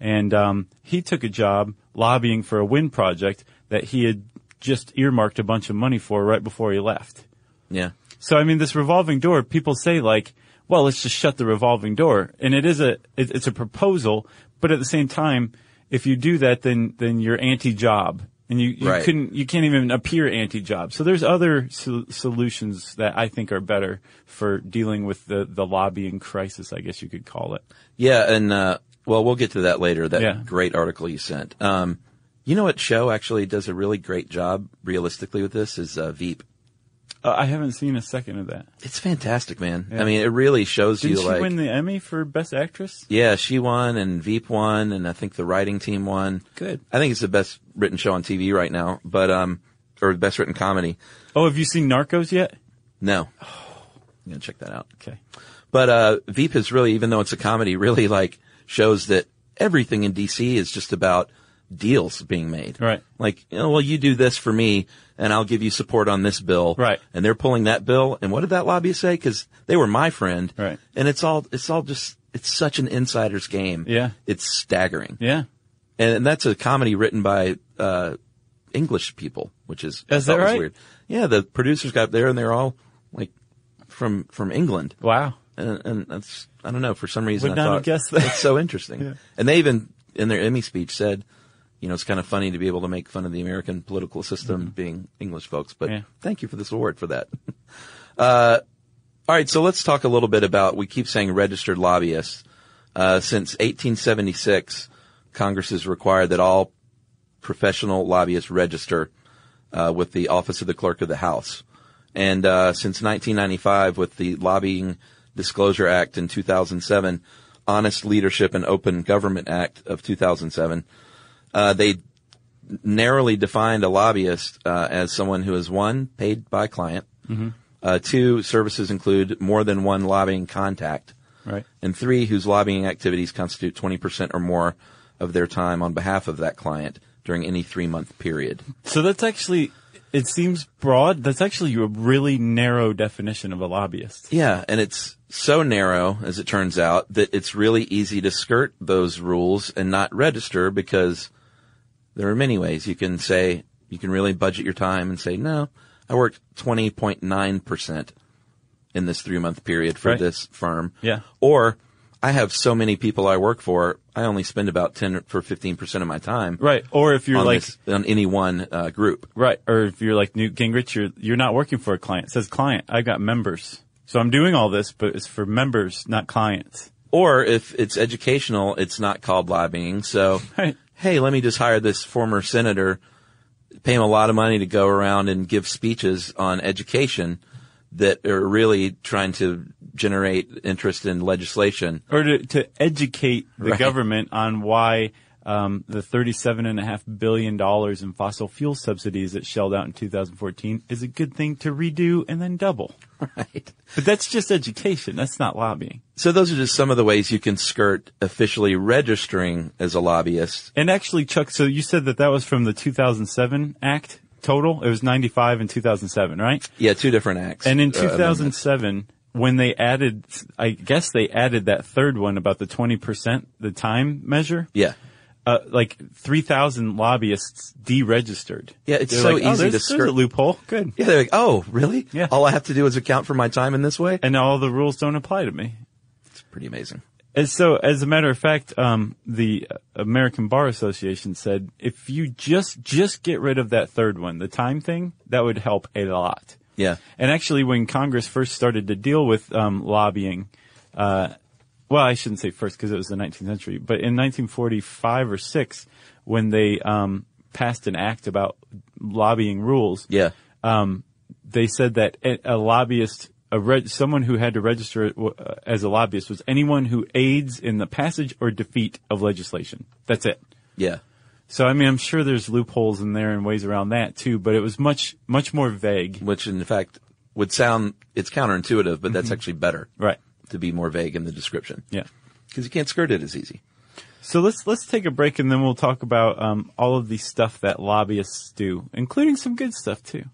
[SPEAKER 1] and um, he took a job lobbying for a wind project that he had just earmarked a bunch of money for right before he left.
[SPEAKER 7] Yeah.
[SPEAKER 1] So I mean, this revolving door. People say like, "Well, let's just shut the revolving door," and it is a it, it's a proposal, but at the same time, if you do that, then then you're anti-job, and you you
[SPEAKER 7] Right.
[SPEAKER 1] couldn't you can't even appear anti-job. So there's other sol- solutions that I think are better for dealing with the the lobbying crisis, I guess you could call it.
[SPEAKER 7] Yeah, and uh, well, we'll get to that later. That
[SPEAKER 1] Yeah.
[SPEAKER 7] great article you sent. Um, you know what show actually does a really great job realistically with this is uh, Veep.
[SPEAKER 1] Uh, I haven't seen a second of that.
[SPEAKER 7] It's fantastic, man. I mean, it really shows
[SPEAKER 1] Did
[SPEAKER 7] you
[SPEAKER 1] she
[SPEAKER 7] like
[SPEAKER 1] win the Emmy for Best Actress?
[SPEAKER 7] yeah, she won and Veep won, and I think the writing team won.
[SPEAKER 1] Good.
[SPEAKER 7] I think it's the best written show on TV right now, but um, or the best written comedy.
[SPEAKER 1] Oh, have you seen Narcos yet?
[SPEAKER 7] No, I'm gonna check that out.
[SPEAKER 1] Oh. Okay.
[SPEAKER 7] But uh, Veep is really, even though it's a comedy, [laughs] really like shows that everything in DC is just about deals being made.
[SPEAKER 1] Right.
[SPEAKER 7] Like, you know, well, you do this for me, and I'll give you support on this bill.
[SPEAKER 1] Right.
[SPEAKER 7] And they're pulling that bill. And what did that lobbyist say? Because they were my friend.
[SPEAKER 1] Right.
[SPEAKER 7] And it's all, it's all just, it's such an insider's game.
[SPEAKER 1] Yeah.
[SPEAKER 7] It's staggering.
[SPEAKER 1] Yeah.
[SPEAKER 7] And, and that's a comedy written by uh, English people, which is I
[SPEAKER 1] Is that
[SPEAKER 7] thought was
[SPEAKER 1] right?
[SPEAKER 7] weird. Yeah. The producers got up there, and they're all like from from England
[SPEAKER 1] Wow.
[SPEAKER 7] and, and that's I don't know for some reason
[SPEAKER 1] Would
[SPEAKER 7] I
[SPEAKER 1] not
[SPEAKER 7] thought
[SPEAKER 1] have guessed that.
[SPEAKER 7] that's
[SPEAKER 1] [laughs]
[SPEAKER 7] so interesting. And they even in their Emmy speech said, you know, it's kind of funny to be able to make fun of the American political system being English folks, but
[SPEAKER 1] Mm-hmm. Yeah.
[SPEAKER 7] thank you for this award for that. [laughs] uh, all right, so let's talk a little bit about we keep saying registered lobbyists. Uh, since 1876, Congress has required that all professional lobbyists register uh, with the Office of the Clerk of the House. And uh, since 1995, with the Lobbying Disclosure Act in 2007, Honest Leadership and Open Government Act of 2007, uh, they narrowly defined a lobbyist uh, as someone who is one paid by client, uh, two services include more than one lobbying contact,
[SPEAKER 1] Right.
[SPEAKER 7] and three whose lobbying activities constitute 20% or more of their time on behalf of that client during any three-month period.
[SPEAKER 1] So that's actually, it seems broad. That's actually a really narrow definition of a lobbyist.
[SPEAKER 7] Yeah, and it's so narrow, as it turns out, that it's really easy to skirt those rules and not register because there are many ways you can say, you can really budget your time and say, no, I worked 20.9% in this three month period for
[SPEAKER 1] Right.
[SPEAKER 7] this firm.
[SPEAKER 1] Yeah.
[SPEAKER 7] Or I have so many people I work for, I only spend about 10 for 15% of my time.
[SPEAKER 1] Right. Or if you're
[SPEAKER 7] On,
[SPEAKER 1] like,
[SPEAKER 7] this- on any one uh, group.
[SPEAKER 1] right. Or if you're like Newt Gingrich, you're, you're not working for a client. It says client. I've got members. So I'm doing all this, but it's for members, not clients.
[SPEAKER 7] Or if it's educational, it's not called
[SPEAKER 1] [laughs]
[SPEAKER 7] lobbying. So,
[SPEAKER 1] Right.
[SPEAKER 7] hey, let me just hire this former senator, pay him a lot of money to go around and give speeches on education. that are really trying to generate interest in legislation.
[SPEAKER 1] or to, to educate the
[SPEAKER 7] Right.
[SPEAKER 1] government on why um, the thirty-seven and a half billion dollars in fossil fuel subsidies that shelled out in 2014 is a good thing to redo and then double.
[SPEAKER 7] Right.
[SPEAKER 1] But that's just education. That's not lobbying.
[SPEAKER 7] So those are just some of the ways you can skirt officially registering as a lobbyist.
[SPEAKER 1] And actually, Chuck, so you said that that was from the 2007 Act total. It was 95 and 2007, right?
[SPEAKER 7] Yeah, two different acts.
[SPEAKER 1] And in
[SPEAKER 7] uh, amendments.
[SPEAKER 1] 2007, when they added, I guess they added that third one about the 20% the time measure.
[SPEAKER 7] yeah.
[SPEAKER 1] uh, like 3,000 lobbyists deregistered.
[SPEAKER 7] Yeah, it's
[SPEAKER 1] They're
[SPEAKER 7] so
[SPEAKER 1] like, oh,
[SPEAKER 7] easy
[SPEAKER 1] there's, there's
[SPEAKER 7] to skirt-
[SPEAKER 1] a loophole. Good.
[SPEAKER 7] Yeah, they're like, oh, really?
[SPEAKER 1] Yeah.
[SPEAKER 7] All I have to do is account for my time in this way?
[SPEAKER 1] And all the rules don't apply to me.
[SPEAKER 7] It's pretty amazing.
[SPEAKER 1] And so, as a matter of fact, um, the American Bar Association said if you just, just get rid of that third one, the time thing, that would help a lot.
[SPEAKER 7] Yeah.
[SPEAKER 1] And actually, when Congress first started to deal with um, lobbying, uh, well, I shouldn't say first because it was the 19th century, but in 1945 or six, when they um, passed an act about lobbying rules,
[SPEAKER 7] Yeah.
[SPEAKER 1] um, they said that a a lobbyist, a reg- someone who had to register w- uh, as a lobbyist, was anyone who aids in the passage or defeat of legislation. That's it.
[SPEAKER 7] Yeah.
[SPEAKER 1] So I mean, I'm sure there's loopholes in there and ways around that too, but it was much, much more vague.
[SPEAKER 7] Which in fact would sound, it's counterintuitive, but that's actually better
[SPEAKER 1] Right.
[SPEAKER 7] to be more vague in the description.
[SPEAKER 1] Yeah.
[SPEAKER 7] Cause you can't skirt it as easy.
[SPEAKER 1] So let's let's take a break and then we'll talk about um, all of the stuff that lobbyists do, including some good stuff too.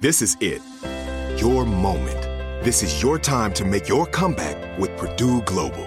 [SPEAKER 5] This is it. Your moment. This is your time to make your comeback with Purdue Global.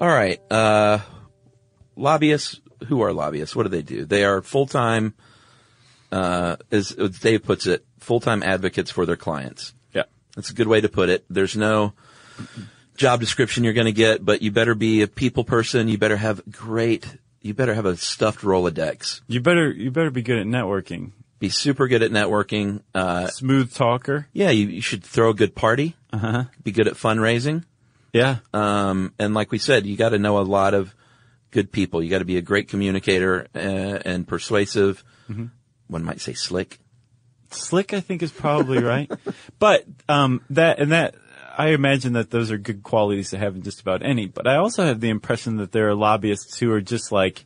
[SPEAKER 7] All right. Uh, lobbyists, who are lobbyists? What do they do? They are full-time, uh, as as Dave puts it, full-time advocates for their clients.
[SPEAKER 1] Yeah.
[SPEAKER 7] That's a good way to put it. There's no job description you're going to get, but you better be a people person. You better have great, you better have a stuffed Rolodex.
[SPEAKER 1] You better you better be good at networking.
[SPEAKER 7] Be super good at networking. Uh,
[SPEAKER 1] Smooth talker.
[SPEAKER 7] yeah, you, you should throw a good party. Uh-huh. Be good at fundraising.
[SPEAKER 1] Yeah.
[SPEAKER 7] Um, and like we said, you got to know a lot of good people. You got to be a great communicator uh, and persuasive. One might say slick.
[SPEAKER 1] Slick, I think, is probably right. but um, that and that, I imagine that those are good qualities to have in just about any. But I also have the impression that there are lobbyists who are just like,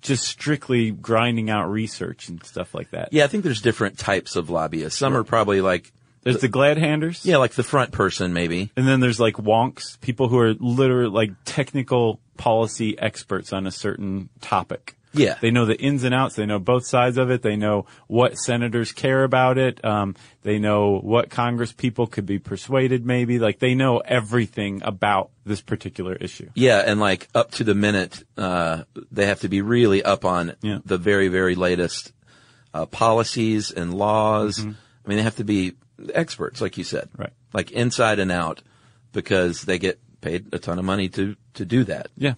[SPEAKER 1] just strictly grinding out research and stuff like that.
[SPEAKER 7] Yeah, I think there's different types of lobbyists. Some are probably like,
[SPEAKER 1] There's the glad handers.
[SPEAKER 7] yeah, like the front person maybe.
[SPEAKER 1] And then there's like wonks, people who are literally like technical policy experts on a certain topic.
[SPEAKER 7] Yeah.
[SPEAKER 1] They know the ins and outs. They know both sides of it. They know what senators care about it. Um, they know what Congress people could be persuaded maybe. Like they know everything about this particular issue.
[SPEAKER 7] Yeah, and like up to the minute, uh, they have to be really up on
[SPEAKER 1] Yeah.
[SPEAKER 7] the very, very latest uh, policies and laws. I mean, they have to be experts, like you said,
[SPEAKER 1] Mm-hmm. Right.
[SPEAKER 7] Like inside and out because they get paid a ton of money to, to do that.
[SPEAKER 1] Yeah.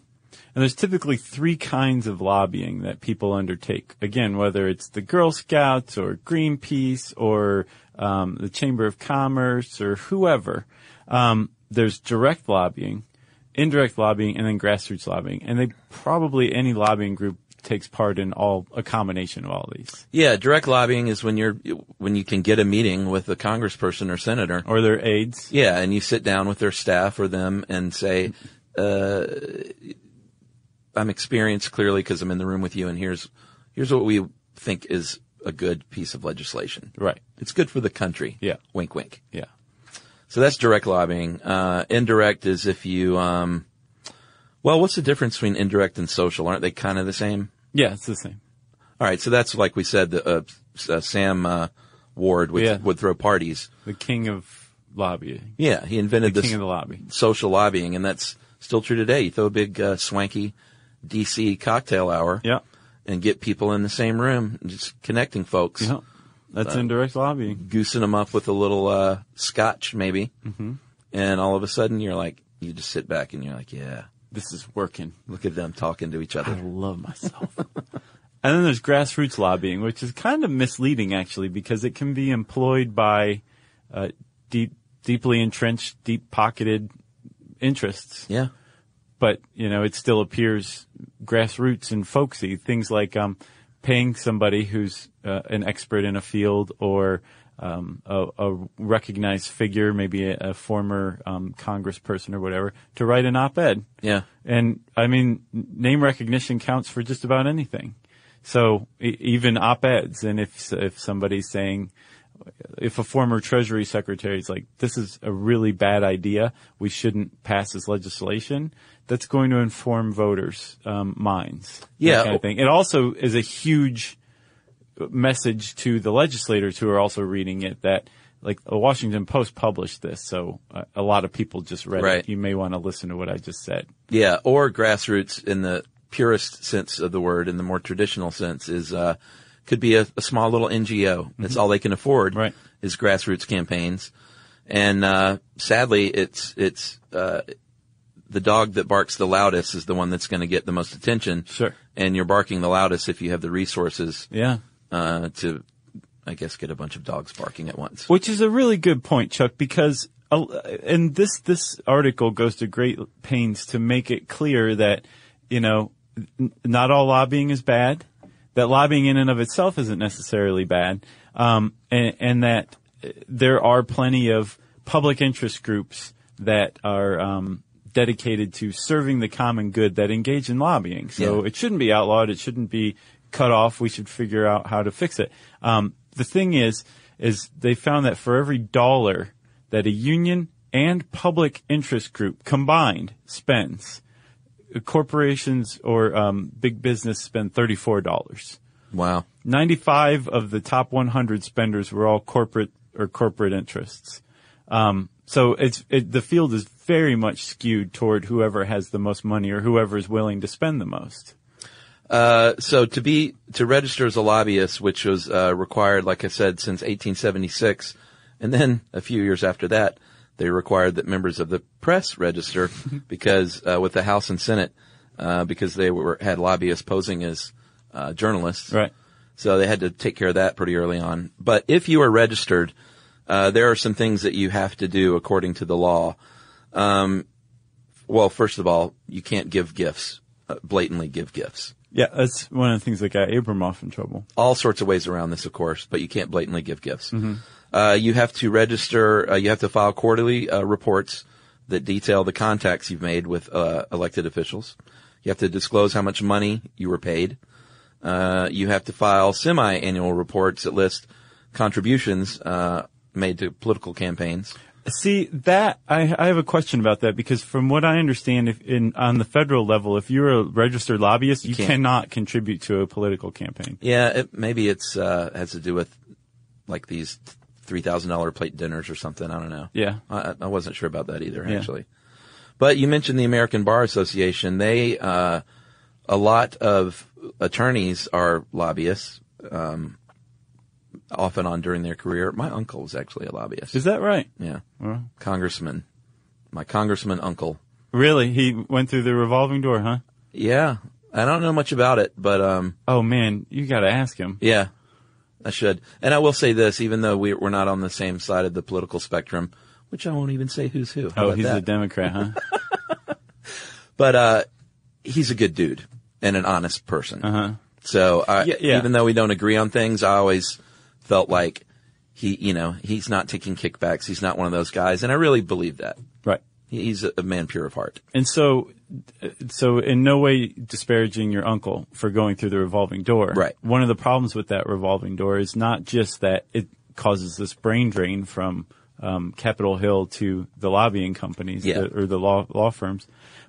[SPEAKER 1] And there's typically three kinds of lobbying that people undertake. Again, whether it's the Girl Scouts or Greenpeace or um, the Chamber of Commerce or whoever. Um, there's direct lobbying, indirect lobbying, and then grassroots lobbying. And they probably any lobbying group takes part in all a combination of all these
[SPEAKER 7] Yeah, direct lobbying is when you're when you can get a meeting with a congressperson or senator.
[SPEAKER 1] or their aides.
[SPEAKER 7] Yeah, and you sit down with their staff or them and say, uh, "I'm experienced clearly because I'm in the room with you, and here's here's what we think is a good piece of legislation.
[SPEAKER 1] Right.
[SPEAKER 7] It's good for the country.
[SPEAKER 1] Yeah.
[SPEAKER 7] wink, wink.
[SPEAKER 1] Yeah.
[SPEAKER 7] So that's direct lobbying. Uh, indirect is if you, um, well, what's the difference between indirect and social? Aren't they kind of the same?
[SPEAKER 1] Yeah, it's the same.
[SPEAKER 7] All right, so that's like we said, the, uh, S- uh, Sam uh, Ward would
[SPEAKER 1] Yeah.
[SPEAKER 7] would throw parties.
[SPEAKER 1] The king of lobbying.
[SPEAKER 7] Yeah, he invented
[SPEAKER 1] The
[SPEAKER 7] this
[SPEAKER 1] king of the lobby.
[SPEAKER 7] social lobbying, and that's still true today. You throw a big uh, swanky DC cocktail hour,
[SPEAKER 1] Yeah.
[SPEAKER 7] and get people in the same room, and just connecting folks,
[SPEAKER 1] Yeah. That's indirect lobbying.
[SPEAKER 7] goosing them up with a little uh, scotch maybe, mm-hmm. and all of a sudden you're like, you just sit back and you're like, yeah,
[SPEAKER 1] This is working.
[SPEAKER 7] look at them talking to each
[SPEAKER 1] I
[SPEAKER 7] other.
[SPEAKER 1] love myself. [laughs] and then there's grassroots lobbying, which is kind of misleading actually, because it can be employed by uh, deep, deeply entrenched, deep-pocketed interests.
[SPEAKER 7] Yeah,
[SPEAKER 1] But you know, it still appears grassroots and folksy. Things like um, paying somebody who's uh, an expert in a field or um, a, a recognized figure, maybe a, a former um, congressperson or whatever, to write an op-ed.
[SPEAKER 7] yeah,
[SPEAKER 1] And I mean, n- name recognition counts for just about anything. So e- even op-eds, and if if somebody's saying, if a former Treasury Secretary is like, "This is a really bad idea. We shouldn't pass this legislation," that's going to inform voters' um, minds. that
[SPEAKER 7] Yeah.
[SPEAKER 1] kind of thing. It also is a huge message to the legislators who are also reading it that. Like the Washington Post published this, so uh, a lot of people just read
[SPEAKER 7] Right.
[SPEAKER 1] it. You may want to listen to what I just said.
[SPEAKER 7] yeah, or grassroots in the purest sense of the word, in the more traditional sense, is uh, could be a, a small little NGO. That's all they can afford.
[SPEAKER 1] Mm-hmm. Right.
[SPEAKER 7] Is grassroots campaigns, and uh, sadly, it's it's uh, the dog that barks the loudest is the one that's going to get the most attention.
[SPEAKER 1] Sure.
[SPEAKER 7] And you're barking the loudest if you have the resources
[SPEAKER 1] Yeah.
[SPEAKER 7] uh, to, I guess, get a bunch of dogs barking at once.
[SPEAKER 1] Which is a really good point, Chuck, because uh, and this this article goes to great pains to make it clear that you know n- not all lobbying is bad, that lobbying in and of itself isn't necessarily bad, um, and, and that uh, there are plenty of public interest groups that are um, dedicated to serving the common good that engage in lobbying. So
[SPEAKER 7] Yeah.
[SPEAKER 1] it shouldn't be outlawed. It shouldn't be cut off. We should figure out how to fix it. Um, the thing is, is they found that for every dollar that a union and public interest group combined spends, corporations or um, big business spend thirty-four dollars.
[SPEAKER 7] Wow.
[SPEAKER 1] 95 of the top 100 spenders were all corporate or corporate interests. Um, so it's it, the field is very much skewed toward whoever has the most money or whoever is willing to spend the most.
[SPEAKER 7] Uh, so to be to register as a lobbyist, which was uh, required, like I said, since 1876, and then a few years after that, they required that members of the press register because uh, with the House and Senate, uh, because they were had lobbyists posing as uh, journalists.
[SPEAKER 1] Right.
[SPEAKER 7] So they had to take care of that pretty early on. But if you are registered, uh, there are some things that you have to do according to the law. Um, well, first of all, you can't give gifts, uh, blatantly give gifts.
[SPEAKER 1] Yeah, that's one of the things that got Abramoff in trouble.
[SPEAKER 7] all sorts of ways around this, of course, but you can't blatantly give gifts. Uh, you have to register, uh, you have to file quarterly uh, reports that detail the contacts you've made with uh, elected officials. You have to disclose how much money you were paid. Uh, you have to file semi-annual reports that list contributions uh, made to political campaigns.
[SPEAKER 1] See that I, I have a question about that because from what I understand, if in on the federal level, if you're a registered lobbyist, you,
[SPEAKER 7] can't.
[SPEAKER 1] cannot contribute to a political campaign.
[SPEAKER 7] Yeah, it, maybe it's uh, has to do with like these three thousand dollar plate dinners or something. I don't know.
[SPEAKER 1] Yeah.
[SPEAKER 7] I, I wasn't sure about that either
[SPEAKER 1] Yeah.
[SPEAKER 7] actually. But you mentioned the American Bar Association. They uh, a lot of attorneys are lobbyists, um, off and on during their career. My uncle was actually a lobbyist.
[SPEAKER 1] Is that right?
[SPEAKER 7] yeah,
[SPEAKER 1] Well,
[SPEAKER 7] congressman my congressman uncle.
[SPEAKER 1] Really? He went through the revolving door, huh?
[SPEAKER 7] Yeah, I don't know much about it, but um,
[SPEAKER 1] Oh man, you gotta ask him.
[SPEAKER 7] yeah, I should. And I will say this, even though we, we're not on the same side of the political spectrum, which I won't even say who's who. How
[SPEAKER 1] Oh,
[SPEAKER 7] about
[SPEAKER 1] he's
[SPEAKER 7] that?
[SPEAKER 1] a Democrat,
[SPEAKER 7] [laughs]
[SPEAKER 1] huh?
[SPEAKER 7] but uh, he's a good dude and an honest person.
[SPEAKER 1] Uh-huh.
[SPEAKER 7] So I,
[SPEAKER 1] Yeah, yeah.
[SPEAKER 7] even though we don't agree on things, I always felt like he, you know, he's not taking kickbacks. He's not one of those guys, and I really believe that.
[SPEAKER 1] right.
[SPEAKER 7] He- He's a a man pure of heart.
[SPEAKER 1] And so, so in no way disparaging your uncle for going through the revolving door.
[SPEAKER 7] Right.
[SPEAKER 1] One of the problems with that revolving door is not just that it causes this brain drain from um, Capitol Hill to the lobbying companies
[SPEAKER 7] Yeah.
[SPEAKER 1] the- or the law law firms,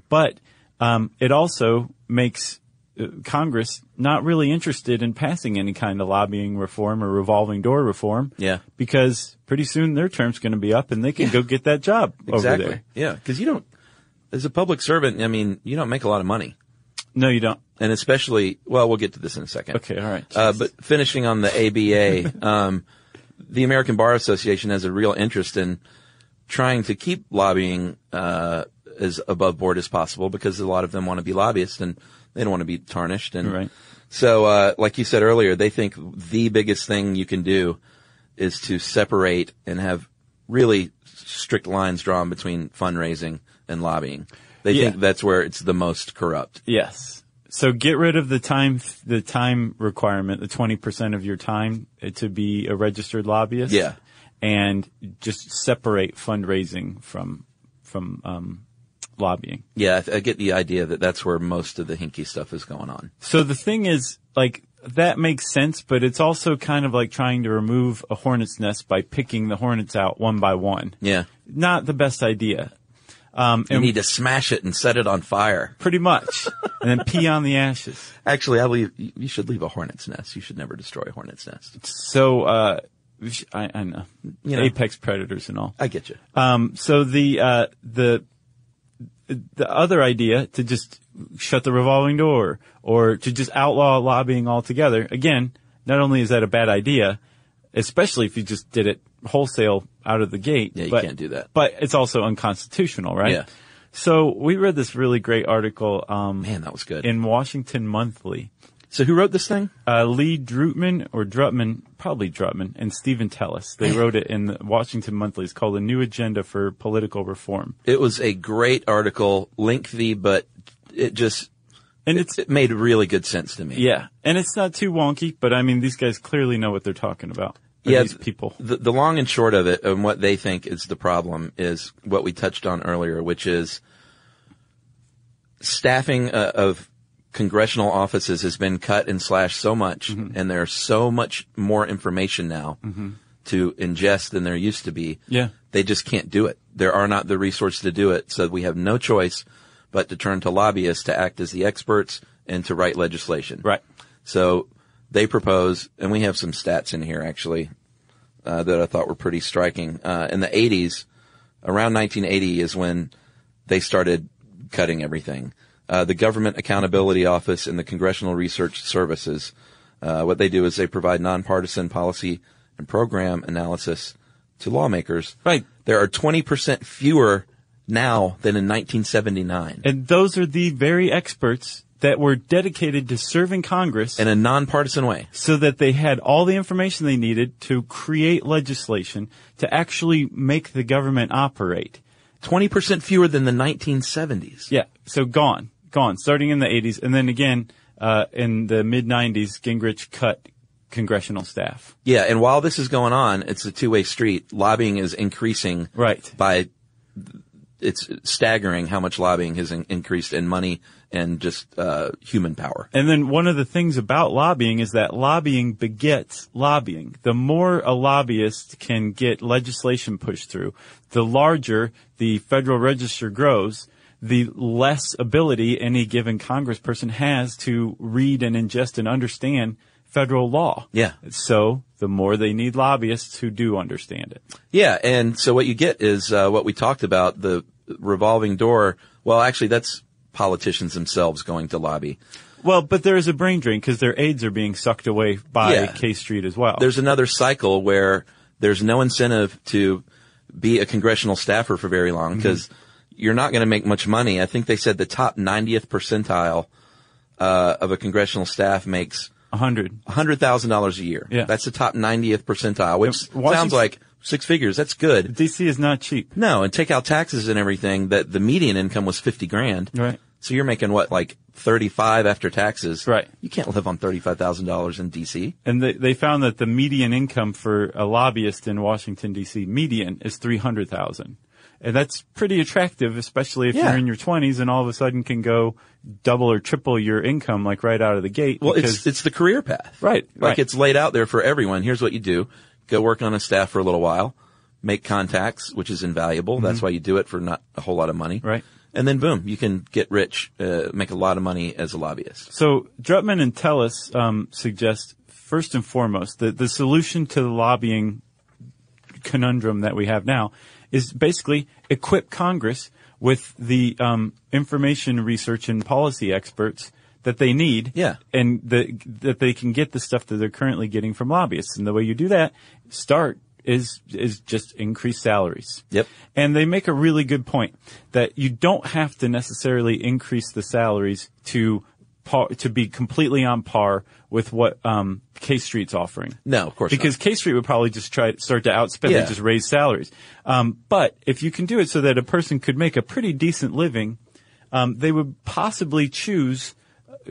[SPEAKER 1] but um, it also makes uh, Congress not really interested in passing any kind of lobbying reform or revolving door reform.
[SPEAKER 7] Yeah.
[SPEAKER 1] Because pretty soon their term's going to be up and they can go get that job
[SPEAKER 7] Exactly.
[SPEAKER 1] over there.
[SPEAKER 7] Yeah, because you don't, as a public servant, I mean, you don't make a lot of money,
[SPEAKER 1] No, you don't.
[SPEAKER 7] and especially, well, we'll get to this in a second.
[SPEAKER 1] Okay. All right.
[SPEAKER 7] Uh, but finishing on
[SPEAKER 1] [laughs]
[SPEAKER 7] the ABA, um, the American Bar Association has a real interest in trying to keep lobbying uh, as above board as possible because a lot of them want to be lobbyists and they don't want to be tarnished. And
[SPEAKER 1] Right.
[SPEAKER 7] so, uh, like you said earlier, they think the biggest thing you can do is to separate and have really strict lines drawn between fundraising and lobbying. They
[SPEAKER 1] Yeah.
[SPEAKER 7] think that's where it's the most corrupt.
[SPEAKER 1] Yes. So get rid of the time, the time requirement, the 20% of your time uh, to be a registered lobbyist.
[SPEAKER 7] Yeah.
[SPEAKER 1] And just separate fundraising from, from, um, lobbying.
[SPEAKER 7] Yeah, I, I get the idea that that's where most of the hinky stuff is going on.
[SPEAKER 1] So the thing is, like, that makes sense, but it's also kind of like trying to remove a hornet's nest by picking the hornets out one by one.
[SPEAKER 7] Yeah.
[SPEAKER 1] Not the best idea. Um,
[SPEAKER 7] You
[SPEAKER 1] and
[SPEAKER 7] need to smash it and set it on fire.
[SPEAKER 1] pretty much. [laughs] and then pee on the ashes.
[SPEAKER 7] Actually, I leave, you you should leave a hornet's nest. You should never destroy a hornet's nest.
[SPEAKER 1] So, uh, sh- I, I know.
[SPEAKER 7] You know.
[SPEAKER 1] Apex predators and all.
[SPEAKER 7] I get you.
[SPEAKER 1] Um, so the, uh, the, the other idea to just shut the revolving door or to just outlaw lobbying altogether. Again, not only is that a bad idea, especially if you just did it wholesale out of the gate.
[SPEAKER 7] Yeah, you can't do that.
[SPEAKER 1] But it's also unconstitutional, right?
[SPEAKER 7] Yeah.
[SPEAKER 1] So we read this really great article, um,
[SPEAKER 7] Man, that was good.
[SPEAKER 1] in Washington Monthly
[SPEAKER 7] so who wrote this thing?
[SPEAKER 1] uh, Lee Drutman or Drutman, probably Drutman, and Stephen Tellis.
[SPEAKER 7] [laughs]
[SPEAKER 1] They wrote it in the Washington Monthly. It's called "A New Agenda for Political Reform,"
[SPEAKER 7] It was a great article, lengthy, but it just,
[SPEAKER 1] and
[SPEAKER 7] it,
[SPEAKER 1] it's
[SPEAKER 7] it made really good sense to me.
[SPEAKER 1] yeah, and it's not too wonky, but I mean, these guys clearly know what they're talking about. Or
[SPEAKER 7] Yeah,
[SPEAKER 1] these people.
[SPEAKER 7] The, the long and short of it and what they think is the problem is what we touched on earlier, which is staffing uh, of congressional offices has been cut and slashed so much and there's so much more information now to ingest than there used to be.
[SPEAKER 1] Yeah.
[SPEAKER 7] They just can't do it. There are not the resources to do it. So we have no choice but to turn to lobbyists to act as the experts and to write legislation.
[SPEAKER 1] Right.
[SPEAKER 7] So they propose, and we have some stats in here actually uh, that I thought were pretty striking. Uh, in the 80s, around 1980 is when they started cutting everything. Uh, the Government Accountability Office and the Congressional Research Services. Uh, what they do is they provide nonpartisan policy and program analysis to lawmakers.
[SPEAKER 1] Right.
[SPEAKER 7] There are 20% fewer now than in 1979.
[SPEAKER 1] And those are the very experts that were dedicated to serving Congress.
[SPEAKER 7] in a nonpartisan way.
[SPEAKER 1] so that they had all the information they needed to create legislation to actually make the government operate.
[SPEAKER 7] 20% fewer than the 1970s.
[SPEAKER 1] Yeah. So gone, gone, starting in the 80s. And then again, uh, in the mid 90s, Gingrich cut congressional staff.
[SPEAKER 7] Yeah, and while this is going on, it's a two-way street. Lobbying is increasing.
[SPEAKER 1] Right.
[SPEAKER 7] By it's staggering how much lobbying has in- increased in money and just uh, human power.
[SPEAKER 1] And then one of the things about lobbying is that lobbying begets lobbying. The more a lobbyist can get legislation pushed through, the larger the Federal Register grows, the less ability any given congressperson has to read and ingest and understand federal law.
[SPEAKER 7] Yeah.
[SPEAKER 1] So the more they need lobbyists who do understand it.
[SPEAKER 7] Yeah, and so what you get is uh, what we talked about the revolving door. Well, actually, that's politicians themselves going to lobby.
[SPEAKER 1] Well, but there is a brain drain because their aides are being sucked away by
[SPEAKER 7] Yeah.
[SPEAKER 1] K Street as well.
[SPEAKER 7] There's another cycle
[SPEAKER 1] Mm-hmm.
[SPEAKER 7] where there's no incentive to be a congressional staffer for very long because you're not going to make much money. I think they said the top 90th percentile uh, of a congressional staff makes
[SPEAKER 1] A hundred.
[SPEAKER 7] $100,000 a year.
[SPEAKER 1] Yeah.
[SPEAKER 7] That's the top 90th percentile, which
[SPEAKER 1] Yeah, Washington-
[SPEAKER 7] sounds like six figures. That's good.
[SPEAKER 1] DC is not cheap.
[SPEAKER 7] No, and take out taxes and everything that the median income was 50 grand.
[SPEAKER 1] Right.
[SPEAKER 7] So you're making what, like 35 after taxes?
[SPEAKER 1] Right.
[SPEAKER 7] You can't live on $35,000 in DC.
[SPEAKER 1] And they, they found that the median income for a lobbyist in Washington D.C. median is three hundred thousand, and that's pretty attractive, especially if
[SPEAKER 7] Yeah.
[SPEAKER 1] you're in your twenties and all of a sudden can go double or triple your income like right out of the gate.
[SPEAKER 7] Well,
[SPEAKER 1] because-
[SPEAKER 7] it's, it's the career path.
[SPEAKER 1] Right,
[SPEAKER 7] Like
[SPEAKER 1] right.
[SPEAKER 7] it's laid out there for everyone. Here's what you do. Go work on a staff for a little while, make contacts, which is invaluable. That's why you do it for not a whole lot of money.
[SPEAKER 1] Mm-hmm. Right.
[SPEAKER 7] And then boom, you can get rich, uh, make a lot of money as a lobbyist.
[SPEAKER 1] So Drutman and Tellus um, suggest first and foremost that the solution to the lobbying conundrum that we have now is basically equip Congress with the um, information research and policy experts that they need
[SPEAKER 7] Yeah.
[SPEAKER 1] and the, that they can get the stuff that they're currently getting from lobbyists. And the way you do that, start is is just increase salaries.
[SPEAKER 7] Yep.
[SPEAKER 1] And they make a really good point that you don't have to necessarily increase the salaries to par, to be completely on par with what um, K Street's offering.
[SPEAKER 7] No, of course not.
[SPEAKER 1] because K Street would probably just try start to outspend
[SPEAKER 7] Yeah.
[SPEAKER 1] and just raise salaries. Um, but if you can do it so that a person could make a pretty decent living, um, they would possibly choose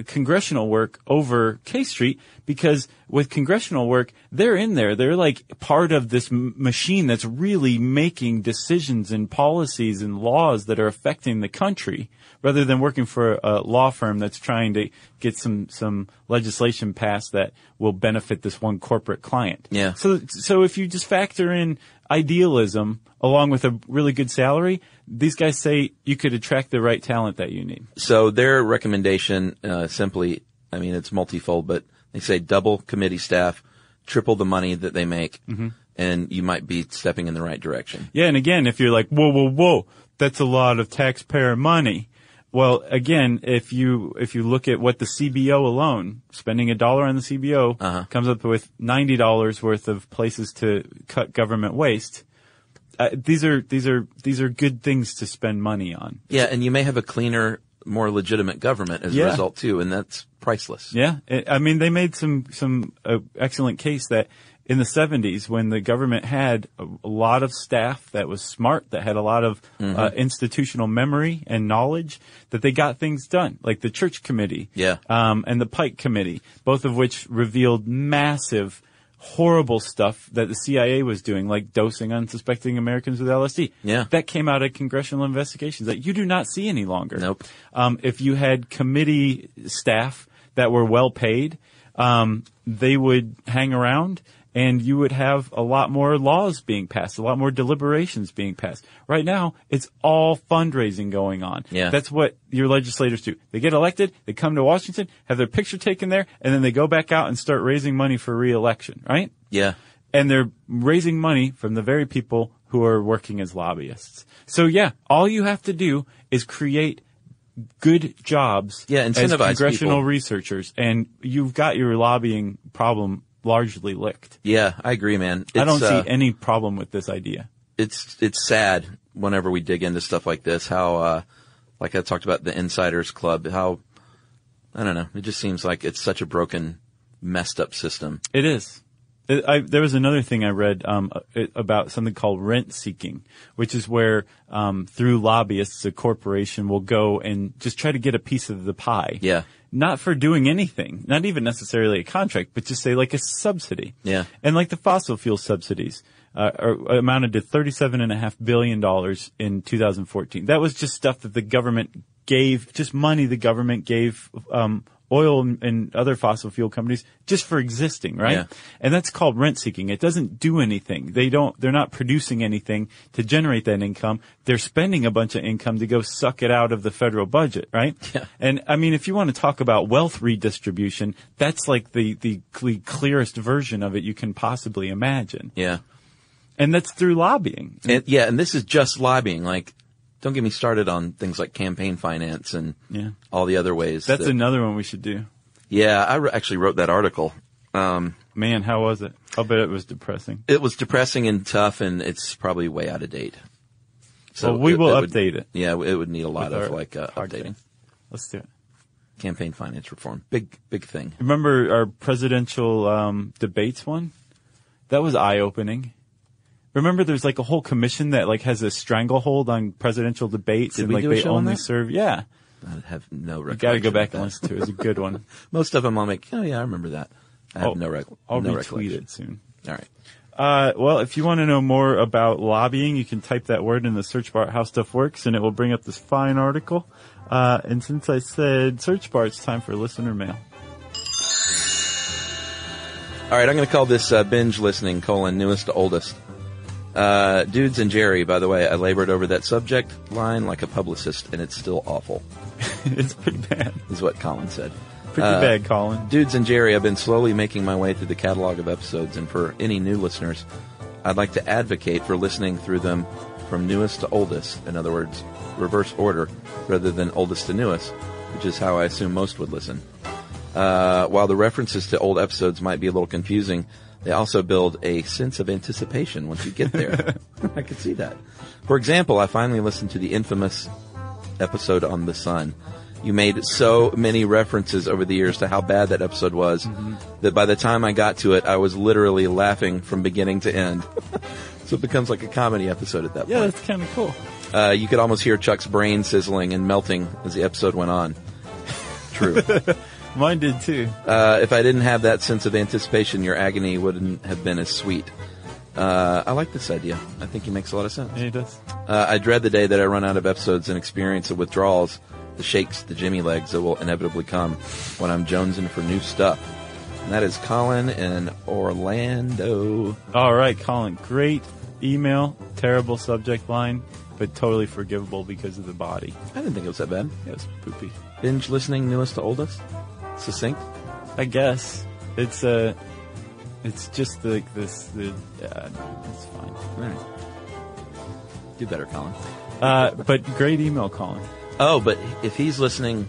[SPEAKER 1] congressional work over K Street because with congressional work, they're in there. They're like part of this m- machine that's really making decisions and policies and laws that are affecting the country rather than working for a law firm that's trying to get some, some legislation passed that will benefit this one corporate client.
[SPEAKER 7] Yeah.
[SPEAKER 1] So, so if you just factor in idealism along with a really good salary, these guys say you could attract the right talent that you need.
[SPEAKER 7] So their recommendation, uh, simply, I mean, it's multifold, but they say double committee staff, triple the money that they make,
[SPEAKER 1] Mm-hmm.
[SPEAKER 7] and you might be stepping in the right direction.
[SPEAKER 1] Yeah, and again, if you're like, whoa, whoa, whoa, that's a lot of taxpayer money. Well, again, if you if you look at what the CBO alone, spending a dollar on the CBO comes up with ninety dollars worth of places to cut government waste. Uh, these are these are these are good things to spend money on.
[SPEAKER 7] Yeah, and you may have a cleaner, more legitimate government as
[SPEAKER 1] Yeah.
[SPEAKER 7] a result too, and that's priceless.
[SPEAKER 1] Yeah, it, I mean, they made some some uh, excellent case that in the '70s, when the government had a, a lot of staff that was smart, that had a lot of
[SPEAKER 7] Mm-hmm.
[SPEAKER 1] uh, institutional memory and knowledge, that they got things done, like the church committee,
[SPEAKER 7] Yeah.
[SPEAKER 1] um, and the Pike committee, both of which revealed massive. Horrible stuff that the CIA was doing, like dosing unsuspecting Americans with LSD.
[SPEAKER 7] Yeah.
[SPEAKER 1] That came out of congressional investigations that you do not see any longer.
[SPEAKER 7] Nope.
[SPEAKER 1] Um, if you had committee staff that were well paid, um, they would hang around and you would have a lot more laws being passed, a lot more deliberations being passed. Right now, it's all fundraising going on.
[SPEAKER 7] Yeah.
[SPEAKER 1] That's what your legislators do. They get elected, they come to Washington, have their picture taken there, and then they go back out and start raising money for reelection, right?
[SPEAKER 7] Yeah.
[SPEAKER 1] and they're raising money from the very people who are working as lobbyists. So yeah, all you have to do is create good jobs
[SPEAKER 7] Yeah,
[SPEAKER 1] as
[SPEAKER 7] incentivize
[SPEAKER 1] congressional
[SPEAKER 7] people.
[SPEAKER 1] researchers and you've got your lobbying problem largely licked.
[SPEAKER 7] Yeah, I agree, man. It's,
[SPEAKER 1] I don't
[SPEAKER 7] uh,
[SPEAKER 1] see any problem with this idea.
[SPEAKER 7] it's it's sad whenever we dig into stuff like this. How, uh, like I talked about the Insiders Club. How I don't know. It just seems like it's such a broken, messed up system.
[SPEAKER 1] It is. It, I, there was another thing I read um, uh, it- about something called rent seeking, which is where um, through lobbyists a corporation will go and just try to get a piece of the pie.
[SPEAKER 7] Yeah.
[SPEAKER 1] Not for doing anything, not even necessarily a contract, but just say like a subsidy.
[SPEAKER 7] Yeah.
[SPEAKER 1] And like the fossil fuel subsidies uh, are, amounted to thirty-seven and a half billion dollars in 2014. That was just stuff that the government gave, just money the government gave um, oil and, and other fossil fuel companies just for existing, right?
[SPEAKER 7] Yeah.
[SPEAKER 1] And that's called rent seeking. It doesn't do anything. They don't. They're not producing anything to generate that income. They're spending a bunch of income to go suck it out of the federal budget, right?
[SPEAKER 7] [laughs] Yeah.
[SPEAKER 1] And I mean, if you want to talk about wealth redistribution, that's like the, the cle- clearest version of it you can possibly imagine.
[SPEAKER 7] Yeah.
[SPEAKER 1] And that's through lobbying.
[SPEAKER 7] And, yeah, and this is just lobbying. Like, don't get me started on things like campaign finance and
[SPEAKER 1] Yeah.
[SPEAKER 7] all the other ways.
[SPEAKER 1] That's
[SPEAKER 7] that-
[SPEAKER 1] another one we should do.
[SPEAKER 7] yeah. I re- actually wrote that article. Um,
[SPEAKER 1] Man, how was it? I'll bet it was depressing.
[SPEAKER 7] it was depressing and tough, and it's probably way out of date. So
[SPEAKER 1] Well, we will update it.
[SPEAKER 7] Yeah, it would need a lot
[SPEAKER 1] With
[SPEAKER 7] of
[SPEAKER 1] our
[SPEAKER 7] like uh,
[SPEAKER 1] podcast.
[SPEAKER 7] updating.
[SPEAKER 1] Let's do it.
[SPEAKER 7] Campaign finance reform, big big thing.
[SPEAKER 1] Remember our presidential um, debates one? That was eye opening. Remember, there's like a whole commission that like has a stranglehold on presidential debates,
[SPEAKER 7] Did
[SPEAKER 1] and
[SPEAKER 7] we
[SPEAKER 1] like
[SPEAKER 7] do a
[SPEAKER 1] they
[SPEAKER 7] show on
[SPEAKER 1] only
[SPEAKER 7] that?
[SPEAKER 1] serve. Yeah,
[SPEAKER 7] I have no
[SPEAKER 1] you got to
[SPEAKER 7] recollection.
[SPEAKER 1] go back
[SPEAKER 7] of that.
[SPEAKER 1] and listen to it. It's a good one.
[SPEAKER 7] Most of them, I'm like, oh yeah, I remember that. [laughs] I have
[SPEAKER 1] I'll-
[SPEAKER 7] no, rec-
[SPEAKER 1] Oh, I'll
[SPEAKER 7] no
[SPEAKER 1] retweet
[SPEAKER 7] recollection.
[SPEAKER 1] it soon.
[SPEAKER 7] All right.
[SPEAKER 1] Uh, well, if you want to know more about lobbying, you can type that word in the search bar at How Stuff Works, and it will bring up this fine article. Uh, and since I said search bar, it's time for listener mail. [laughs]
[SPEAKER 7] All right, I'm going to call this uh, binge listening colon newest to oldest. Uh, dudes and Jerry, by the way, I labored over that subject line like a publicist, and it's still awful,
[SPEAKER 1] it's pretty bad.
[SPEAKER 7] is what Colin said.
[SPEAKER 1] Pretty
[SPEAKER 7] Uh,
[SPEAKER 1] bad, Colin.
[SPEAKER 7] Dudes and Jerry, I've been slowly making my way through the catalog of episodes, and for any new listeners, I'd like to advocate for listening through them from newest to oldest. In other words, reverse order rather than oldest to newest, which is how I assume most would listen. Uh, while the references to old episodes might be a little confusing, they also build a sense of anticipation once you get there. [laughs] I could see that. For example, I finally listened to the infamous episode on the sun. You made so many references over the years to how bad that episode was that by the time I got to it, I was literally laughing from beginning to end. [laughs] so it becomes like a comedy episode at that
[SPEAKER 1] Yeah,
[SPEAKER 7] point.
[SPEAKER 1] that's kind of cool.
[SPEAKER 7] Uh, you could almost hear Chuck's brain sizzling and melting as the episode went [laughs] on. True.
[SPEAKER 1] Mine did too.
[SPEAKER 7] Uh, if I didn't have that sense of anticipation, your agony wouldn't have been as sweet. Uh, I like this idea. I think it makes a lot of sense.
[SPEAKER 1] Yeah, it does.
[SPEAKER 7] Uh, I dread the day that I run out of episodes and experience the withdrawals, the shakes, the Jimmy legs that will inevitably come when I'm jonesing for new stuff. And that is Colin in Orlando.
[SPEAKER 1] All right, Colin. Great email. Terrible subject line, but totally forgivable because of the body.
[SPEAKER 7] I didn't think it was that bad.
[SPEAKER 1] It was poopy.
[SPEAKER 7] Binge listening, newest to oldest. Succinct.
[SPEAKER 1] I guess it's uh, it's just like this. The uh, it's fine.
[SPEAKER 7] All right. Do better, Colin.
[SPEAKER 1] Uh, but great email, Colin.
[SPEAKER 7] Oh, but if he's listening,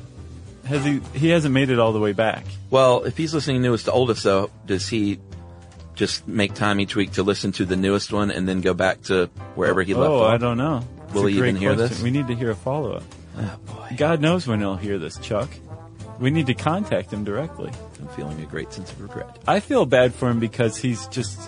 [SPEAKER 1] Has he? He hasn't made it all the way back.
[SPEAKER 7] well, if he's listening newest to oldest, though, does he just make time each week to listen to the newest one and then go back to wherever he left
[SPEAKER 1] oh,
[SPEAKER 7] off?
[SPEAKER 1] I don't know. It's
[SPEAKER 7] Will
[SPEAKER 1] a
[SPEAKER 7] he
[SPEAKER 1] great
[SPEAKER 7] even hear
[SPEAKER 1] question.
[SPEAKER 7] this?
[SPEAKER 1] We need to hear a follow up.
[SPEAKER 7] Oh, boy.
[SPEAKER 1] God knows when he'll hear this, Chuck. We need to contact him directly.
[SPEAKER 7] I'm feeling a great sense of regret.
[SPEAKER 1] I feel bad for him because he's just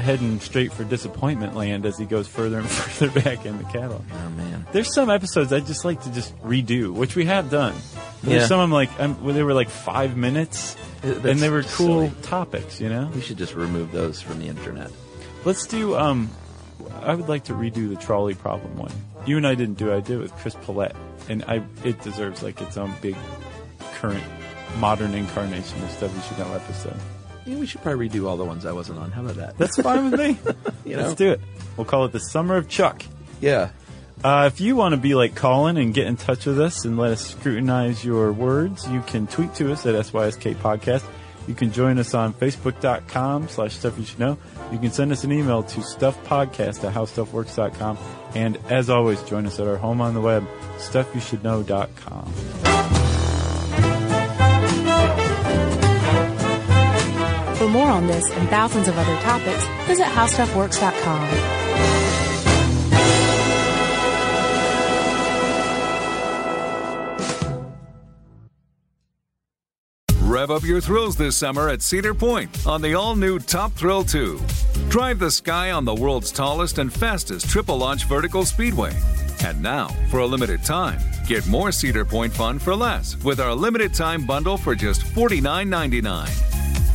[SPEAKER 1] heading straight for disappointment land as he goes further and [laughs] further back in the catalog.
[SPEAKER 7] Oh, man.
[SPEAKER 1] There's some episodes I just like to just redo, which we have done. There's
[SPEAKER 7] Yeah.
[SPEAKER 1] some I'm like, I'm, well, they were like five minutes,
[SPEAKER 7] Uh, that's
[SPEAKER 1] and they were cool
[SPEAKER 7] silly.
[SPEAKER 1] topics, you know.
[SPEAKER 7] We should just remove those from the internet.
[SPEAKER 1] Let's do. Um, I would like to redo the trolley problem one. You and I didn't do. it. I did it with Chris Paulette, and I it deserves like its own big, current, modern incarnation of stuff we should know episode.
[SPEAKER 7] Yeah, we should probably redo all the ones I wasn't on. How about that?
[SPEAKER 1] That's fine with me.
[SPEAKER 7] [laughs] You know?
[SPEAKER 1] Let's do it. We'll call it the Summer of Chuck.
[SPEAKER 7] yeah.
[SPEAKER 1] Uh, if you want to be like Colin and get in touch with us and let us scrutinize your words, you can tweet to us at SYSK Podcast. You can join us on Facebook.com slash Stuff You Should Know. You can send us an email to StuffPodcast at HowStuffWorks.com. And as always, join us at our home on the web, StuffYouShouldKnow.com.
[SPEAKER 6] For more on this and thousands of other topics, visit howstuffworks.com.
[SPEAKER 9] Rev up your thrills this summer at Cedar Point on the all new Top Thrill 2. Drive the sky on the world's tallest and fastest triple launch vertical speedway. And now, for a limited time, get more Cedar Point fun for less with our limited time bundle for just $49.99.